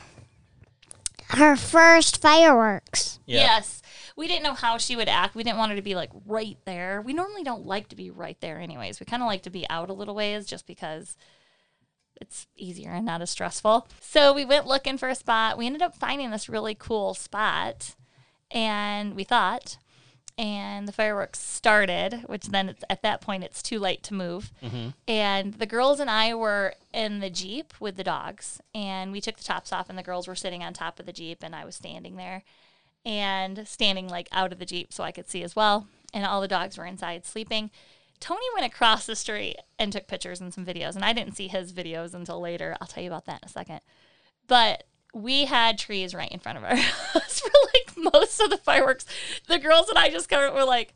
her first fireworks.
Yes. We didn't know how she would act. We didn't want her to be like right there. We normally don't like to be right there, anyways. We kind of like to be out a little ways just because it's easier and not as stressful. So we went looking for a spot. We ended up finding this really cool spot, and we thought, and the fireworks started, which then it's, at that point it's too late to move. And the girls and I were in the Jeep with the dogs, and we took the tops off, and the girls were sitting on top of the Jeep, and I was standing there and standing like out of the Jeep so I could see as well. And all the dogs were inside sleeping. Tony went across the street and took pictures and some videos, and I didn't see his videos until later. I'll tell you about that in a second. But we had trees right in front of our house for like most of the fireworks. The girls and I just kind of were like,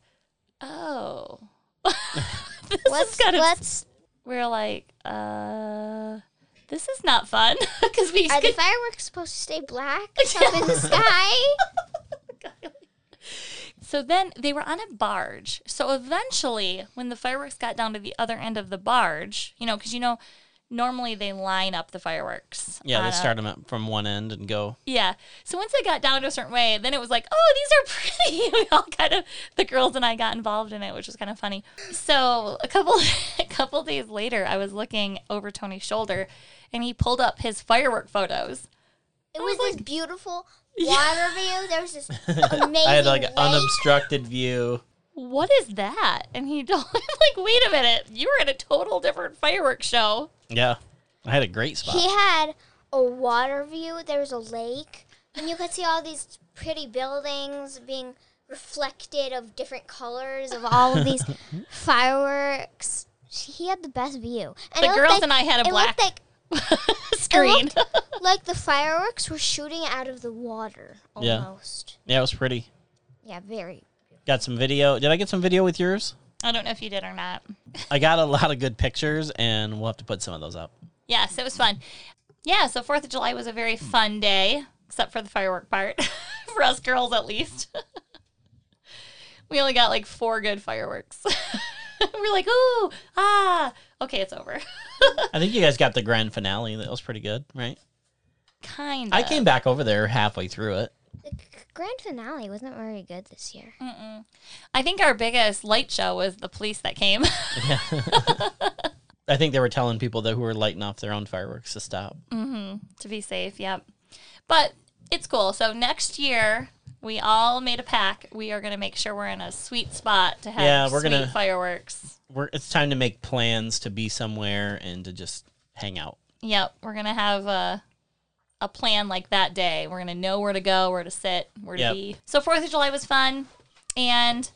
oh. this is
Let's
kind of
let's.
we're like, uh, this is not fun because we
Are the
could-
fireworks supposed to stay black up in the sky?
so then they were on a barge. So eventually, when the fireworks got down to the other end of the barge, you know, because you know, normally they line up the fireworks.
Yeah,
on
they
a-
start them up from one end and go.
Yeah. So once it got down to a certain way, then it was like, oh, these are pretty. We all kind of the girls and I got involved in it, which was kind of funny. So a couple a couple days later, I was looking over Tony's shoulder, and he pulled up his firework photos.
It was this beautiful water view. There was this amazing.
I had like an
lake.
unobstructed view.
what is that? And he told him, like, wait a minute, you were at a total different fireworks show.
Yeah, I had a great spot.
He had a water view. There was a lake, and you could see all these pretty buildings being reflected of different colors of all of these fireworks. He had the best view. And it
The
looked
girls
like-
and I had a
it
black
looked like
screen.
like the fireworks were shooting out of the water
Yeah.
almost.
Yeah, it was pretty.
Yeah, very.
Got some video. Did I get some video with yours?
I don't know if you did or not.
I got a lot of good pictures, and we'll have to put some of those up.
Yes, it was fun. Yeah, so 4th of July was a very fun day, except for the firework part, for us girls at least. we only got like four good fireworks. we're like, ooh, ah, okay, it's over.
I think you guys got the grand finale. That was pretty good, right?
kind of.
I came back over there halfway through it.
The g- grand finale wasn't very good this year.
I think our biggest light show was the police that came.
I think they were telling people that who were lighting off their own fireworks to stop.
to be safe. Yep. But it's cool. So next year we all made a pack. We are going to make sure we're in a sweet spot to have
Yeah, we're
sweet
gonna-
fireworks.
We're, it's time to make plans to be somewhere and to just hang out.
Yep, we're going to have a a plan like that day. We're going to know where to go, where to sit, where
Yep.
to be. So 4th of July was fun and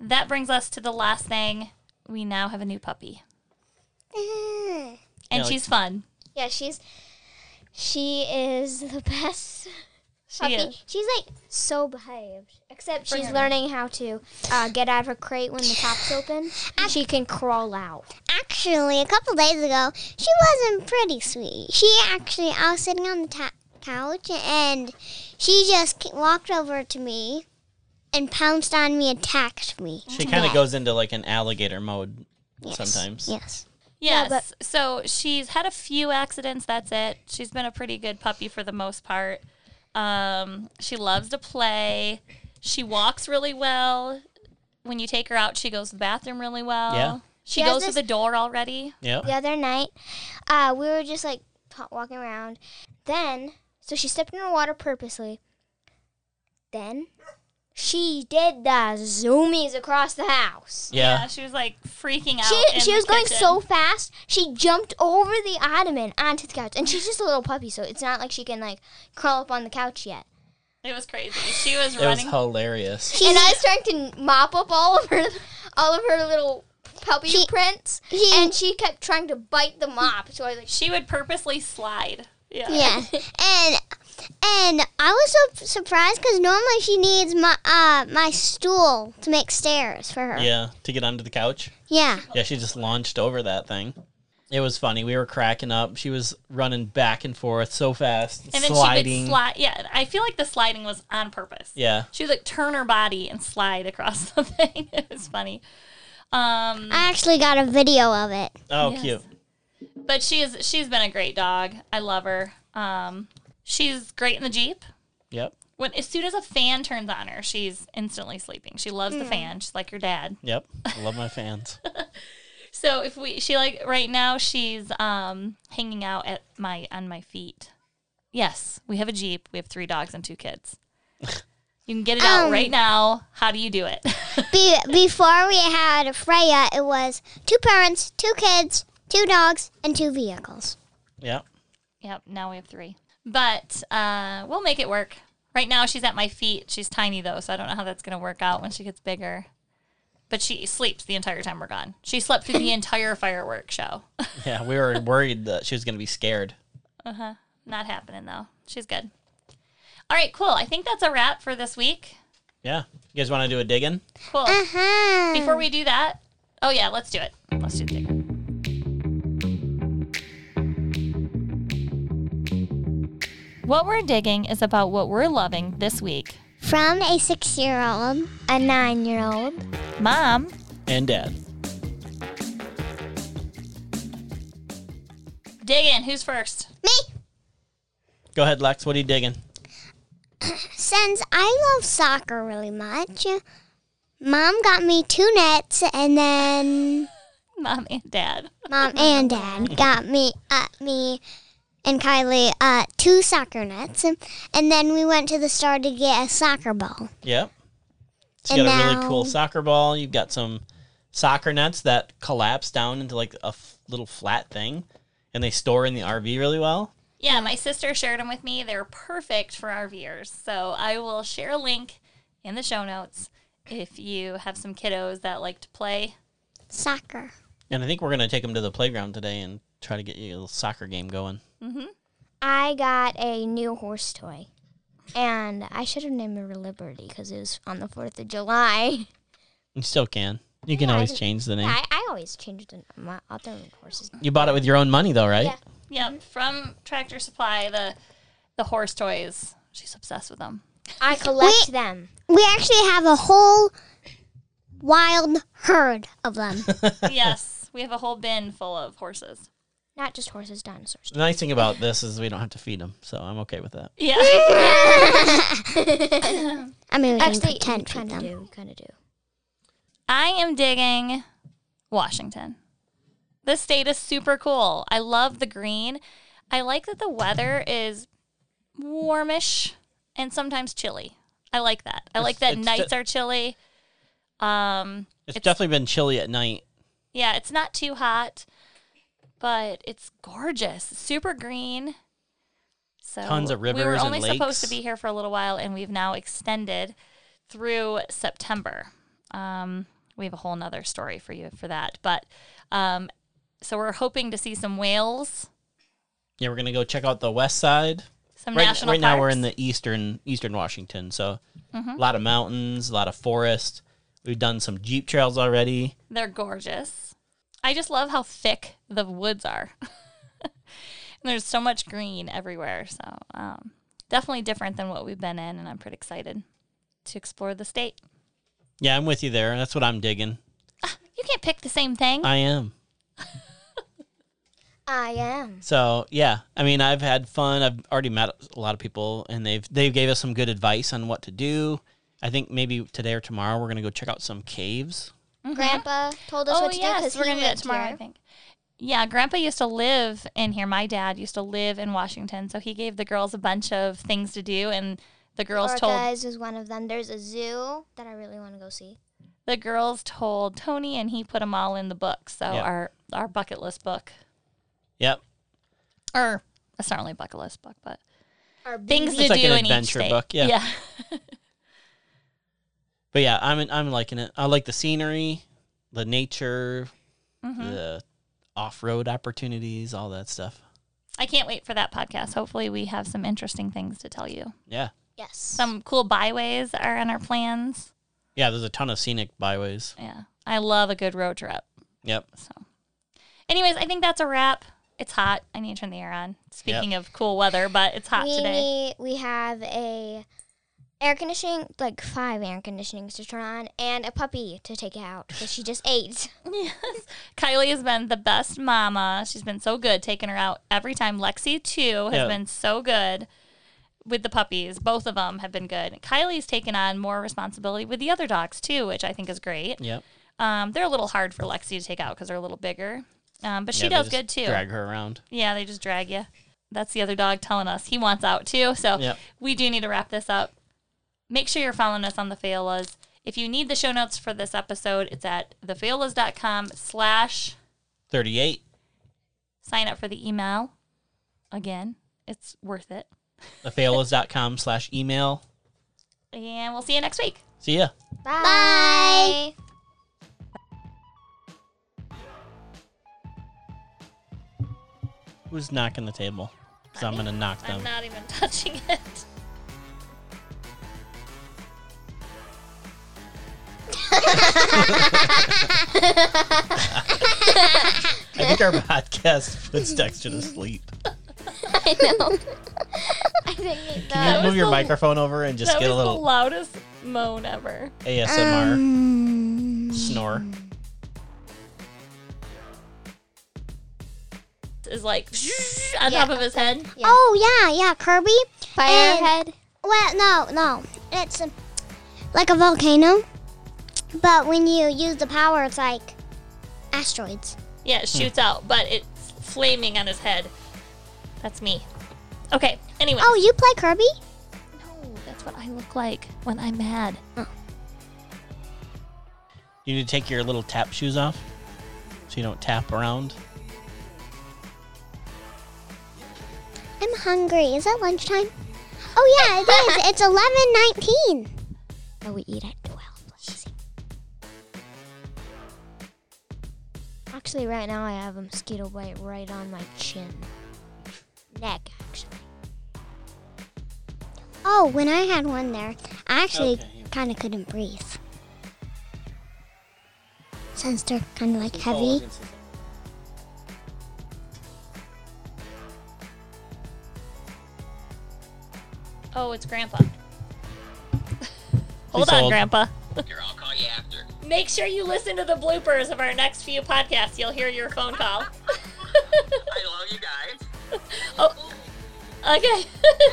That brings us to the last thing. We now have a new puppy, and
Yeah, like-
she's fun.
Yeah, she's she is the best
She
puppy.
is.
She's like so behaved. Except
She's
she's
learning how to uh, get out of her crate when the top's open. and she can crawl out.
Actually, a couple days ago, she wasn't pretty sweet. She actually, I was sitting on the ta- couch and she just ca- walked over to me and pounced on me, attacked me.
She kind of goes into like an alligator mode sometimes.
Yes.
Yes. so she's had a few accidents. That's it. She's been a pretty good puppy for the most part. Um, she loves to play. She walks really well. When you take her out, she goes to the bathroom really well.
Yeah.
She,
has
goes to
this-
the door already.
Yeah.
the other night, uh, we were just like p- walking around. Then, so she stepped in the water purposely. Then, she did the zoomies across the house.
Yeah.
Yeah.
Uh, she was like freaking out.
She,
in
she
the
was going
kitchen.
so fast, she jumped over the ottoman onto the couch. And she's just a little puppy, so it's not like she can like crawl up on the couch yet.
It was crazy. She was
It was
running.
hilarious.
and I was trying to mop up all of her, all of her little puppy prints, and she kept trying to bite the mop. So I was like,
she would purposely slide. Yeah.
Yeah. and and I was so surprised because normally she needs my uh, my stool to make stairs for her.
Yeah. To get onto the couch.
Yeah.
Yeah, she just launched over that thing. It was funny. We were cracking up. She was running back and forth so fast,
And then she
sliding.
would slide. Yeah. I feel like the sliding was on purpose.
Yeah.
She would like turn her body and slide across the thing. It was funny. Um,
I actually got a video of it.
Oh,
Yes.
cute.
but she's she's been a great dog. I love her. Um, she's great in the jeep.
Yep.
When as soon as a fan turns on her, she's instantly sleeping. She loves the fan. She's like your dad.
Yep. I love my fans.
So if we she like right now she's um hanging out at my on my feet. Yes, we have a jeep. We have three dogs and two kids. You can get it out
Um.
right now. How do you do it?
Be- before we had Freya, it was two parents, two kids, two dogs, and two vehicles.
yep.
Yep, now we have three. But uh, we'll make it work. Right now, she's at my feet. She's tiny, though, so I don't know how that's going to work out when she gets bigger. But she sleeps the entire time we're gone. She slept through the entire fireworks show.
Yeah, we were worried that she was going to be scared.
Not happening, though. She's good. All right, cool. I think that's a wrap for this week.
Yeah. You guys want to do a digging?
Cool.
Uh-huh.
Before we do that, oh, yeah, let's do it. Let's do the big one. What we're digging is about what we're loving this week.
From a six year old, a nine year old,
Mom,
And dad.
Dig in. Who's first?
Go ahead, Lex. What are you digging?
since I love soccer really much, mom got me two nets, and then
Mom and Dad.
mom and dad got me, uh, me and Kylie, uh, two soccer nets. And then we went to the store to get a soccer ball.
Yep. So you
And
got a really
now-
cool soccer ball. You've got some soccer nets that collapse down into like a f- little flat thing, and they store in the RV really well.
Yeah, my sister shared them with me. They're perfect for RVers. So I will share a link in the show notes if you have some kiddos that like to play.
Soccer.
And I think we're going to take them to the playground today and try to get you a little soccer game going.
I got a new horse toy. And I should have named her Liberty because it was on the 4th of July.
You still can. You can
Yeah, I
always
didn't-
change the name.
I, I always change the, my other horses.
You bought it with your own money, though, right?
Yeah.
Yep, from Tractor Supply, the the horse toys. She's obsessed with them.
I collect
Wait.
them.
We actually have a whole wild herd of them.
yes, we have a whole bin full of horses.
Not just horses, dinosaurs.
The nice thing about this is we don't have to feed them, so I'm okay with that.
Yeah.
I mean, we
Actually,
can
you
pretend for
kind of
them.
do. You kind of do.
I am digging Washington. This state is super cool. I love the green. I like that the weather is warmish and sometimes chilly. I like that. I like that
it's
nights
de-
are chilly. Um,
It's,
It's-
definitely been chilly at night.
yeah, it's not too hot, but it's gorgeous. It's super green. So
Tons of
We were
rivers and
only supposed to
lakes.
be here for a little while, and we've now extended through September. Um, we have a whole nother story for you for that. But um, so we're hoping to see some whales,
Yeah, we're gonna go check out the west side.
some
Right,
national
right now we're
parks. Mm-hmm.
in the eastern eastern Washington, so a lot of mountains, a lot of forest. We've done some jeep trails already.
They're gorgeous. I just love how thick the woods are. and there's so much green everywhere. So um, definitely different than what we've been in, and I'm pretty excited to explore the state.
Yeah, I'm with you there. That's what I'm digging.
You can't pick the same thing.
I am.
I am.
So yeah, I mean, I've had fun. I've already met a lot of people, and they've they gave us some good advice on what to do. I think maybe today or tomorrow we're gonna go check out some caves.
Grandpa told us
oh
what to do
yes,
because
we're
he
gonna do it
lived
tomorrow. I
here.
think. Yeah, Grandpa used to live in here. My dad used to live in Washington, so he gave the girls a bunch of things to do, and the girls
Or
told
guys was one of them. There's a zoo that I really want to go see.
the girls told Tony, and he put them all in the book. So
Yeah.
our our bucket list book,
Yep,
or it's not really a bucket list book, but
Our
things to
It's like
do
an
in each
adventure
state.
book, yeah.
yeah.
but yeah, I'm I'm liking it. I like the scenery, the nature,
Mm-hmm.
the off road opportunities, all that stuff.
I can't wait for that podcast. Hopefully, we have some interesting things to tell you.
Yeah,
Yes.
Some cool byways are on our plans.
yeah. There's a ton of scenic byways.
Yeah, I love a good road trip.
Yep.
So, anyways, I think that's a wrap. It's hot. I need to turn the air on. Speaking of cool weather, but it's hot
we
today.
need- we have a air conditioning, like five air conditionings to turn on, and a puppy to take out because she just ate.
Yes. Kylie has been the best mama. She's been so good taking her out every time. Lexi, too, has
Yeah.
been so good with the puppies. Both of them have been good. Kylie's taken on more responsibility with the other dogs, too, which I think is great.
Yep.
Um, they're a little hard for Lexi to take out because they're a little bigger. Um, but she
Yeah, they
does
just
good, too.
Drag her around.
Yeah, they just drag you. That's the other dog telling us he wants out too. So
Yep.
we do need to wrap this up. Make sure you're following us on the Faolas. If you need the show notes for this episode, it's at thefaolas.com slash
Thirty eight.
sign up for the email. Again, it's worth it.
Afaelas.com slash email.
And we'll see you next week.
See ya.
Bye.
Who's knocking the table? Because I'm going to knock them.
I'm not even touching it.
I think our podcast puts Dexter to sleep.
I know. I think it does.
Can you
was
move your
the-
microphone over and just
that
get
was
a
the Um,
little
loudest moan ever.
ASMR
Mm.
snore?
It's like on top of his head.
Yeah.
Oh yeah, yeah, Kirby. And-
Firehead.
Well, no, no. It's um like a volcano, but when you use the power, it's like asteroids.
Yeah,
Hmm.
it shoots out, but it's flaming on his head. That's me. Okay, anyway.
Oh, you play Kirby?
No, Oh, that's what I look like when I'm mad.
You need to take your little tap shoes off so you don't tap around.
I'm hungry. Is it lunchtime? Oh yeah, it is. It's eleven nineteen.
Oh, we eat at 12. Let's see. Actually, right now I have a mosquito bite right on my chin. Neck, actually.
Oh, when I had one there, I actually kind of couldn't breathe. Since they're kind of like heavy.
Oh, it's Grandpa.
Please
hold on,
hold.
Grandpa.
Here, I'll call you after.
Make sure you listen to the bloopers of our next few podcasts. You'll hear your phone call.
I love you guys.
okay,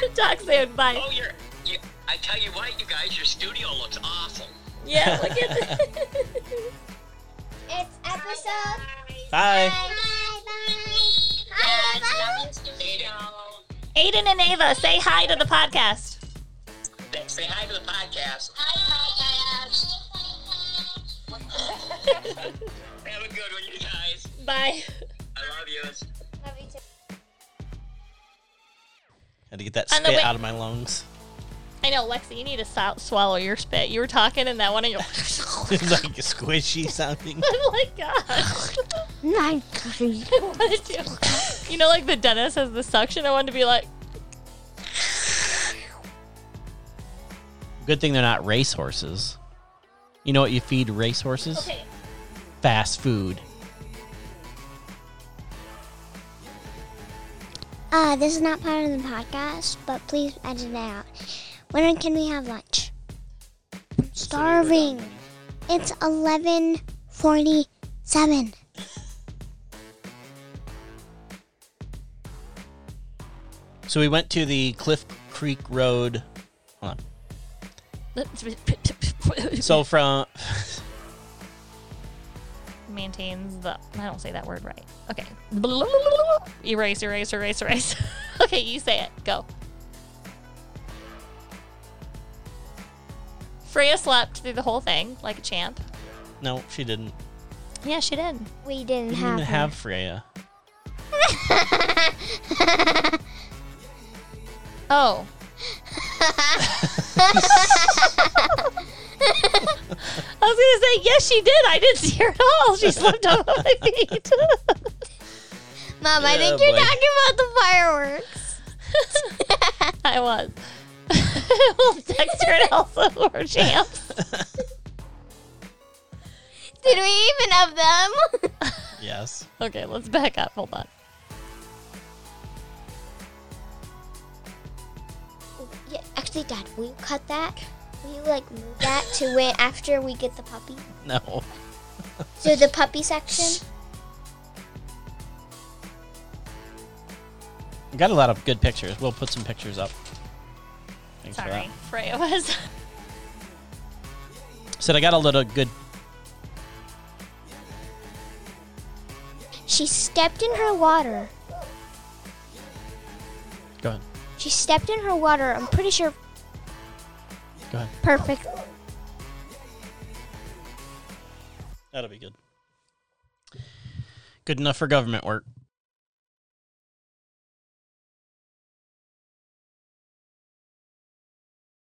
talk soon. Bye.
Oh, you're. You, I tell you what, you guys, your studio looks awesome.
Yeah, look at
It's episode.
Bye.
Aiden and Ava. Say hi to the podcast.
Say hi to the podcast. Have a good one, you guys.
Bye.
I love you.
Had to get that
On the
spit
way-
out of my lungs.
I know, Lexi, you need to so- swallow your spit. You were talking and that one, and you're like,
It's like squishy something.
I'm like, God.
My
I wanted to. You know, like the dentist has the suction. I wanted to be like,
Good thing they're not racehorses. You know what you feed racehorses?
okay,
Fast food.
Uh, this is not part of the podcast, but please edit it out. When can we have lunch? Starving. It's eleven forty-seven.
So we went to the Cliff Creek Road. Hold on. So from
maintains the. I don't say that word right. Okay. Erase, erase, erase, erase. okay, you say it. Go. Freya slept through the whole thing like a champ.
no, she didn't.
Yeah, she did.
We didn't
We didn't
have.
even
her.
have Freya.
Oh. I was gonna say yes, she did. I didn't see her at all. She slept on my feet.
Mom, I
Yeah,
think you're
boy.
talking about the fireworks.
I was. we'll text her and Elsa or champs.
Did we even have them?
Yes.
Okay, let's back up. Hold on.
yeah, actually, Dad, will you cut that? Will you like move that to when after we get the puppy?
No.
So the puppy section.
We got a lot of good pictures. We'll put some pictures up. Thanks for
Sorry,
that.
Freya was.
Said I got a little good.
She stepped in her water.
Go ahead.
She stepped in her water. I'm pretty sure
Go ahead.
perfect.
That'll be good. Good enough for government work.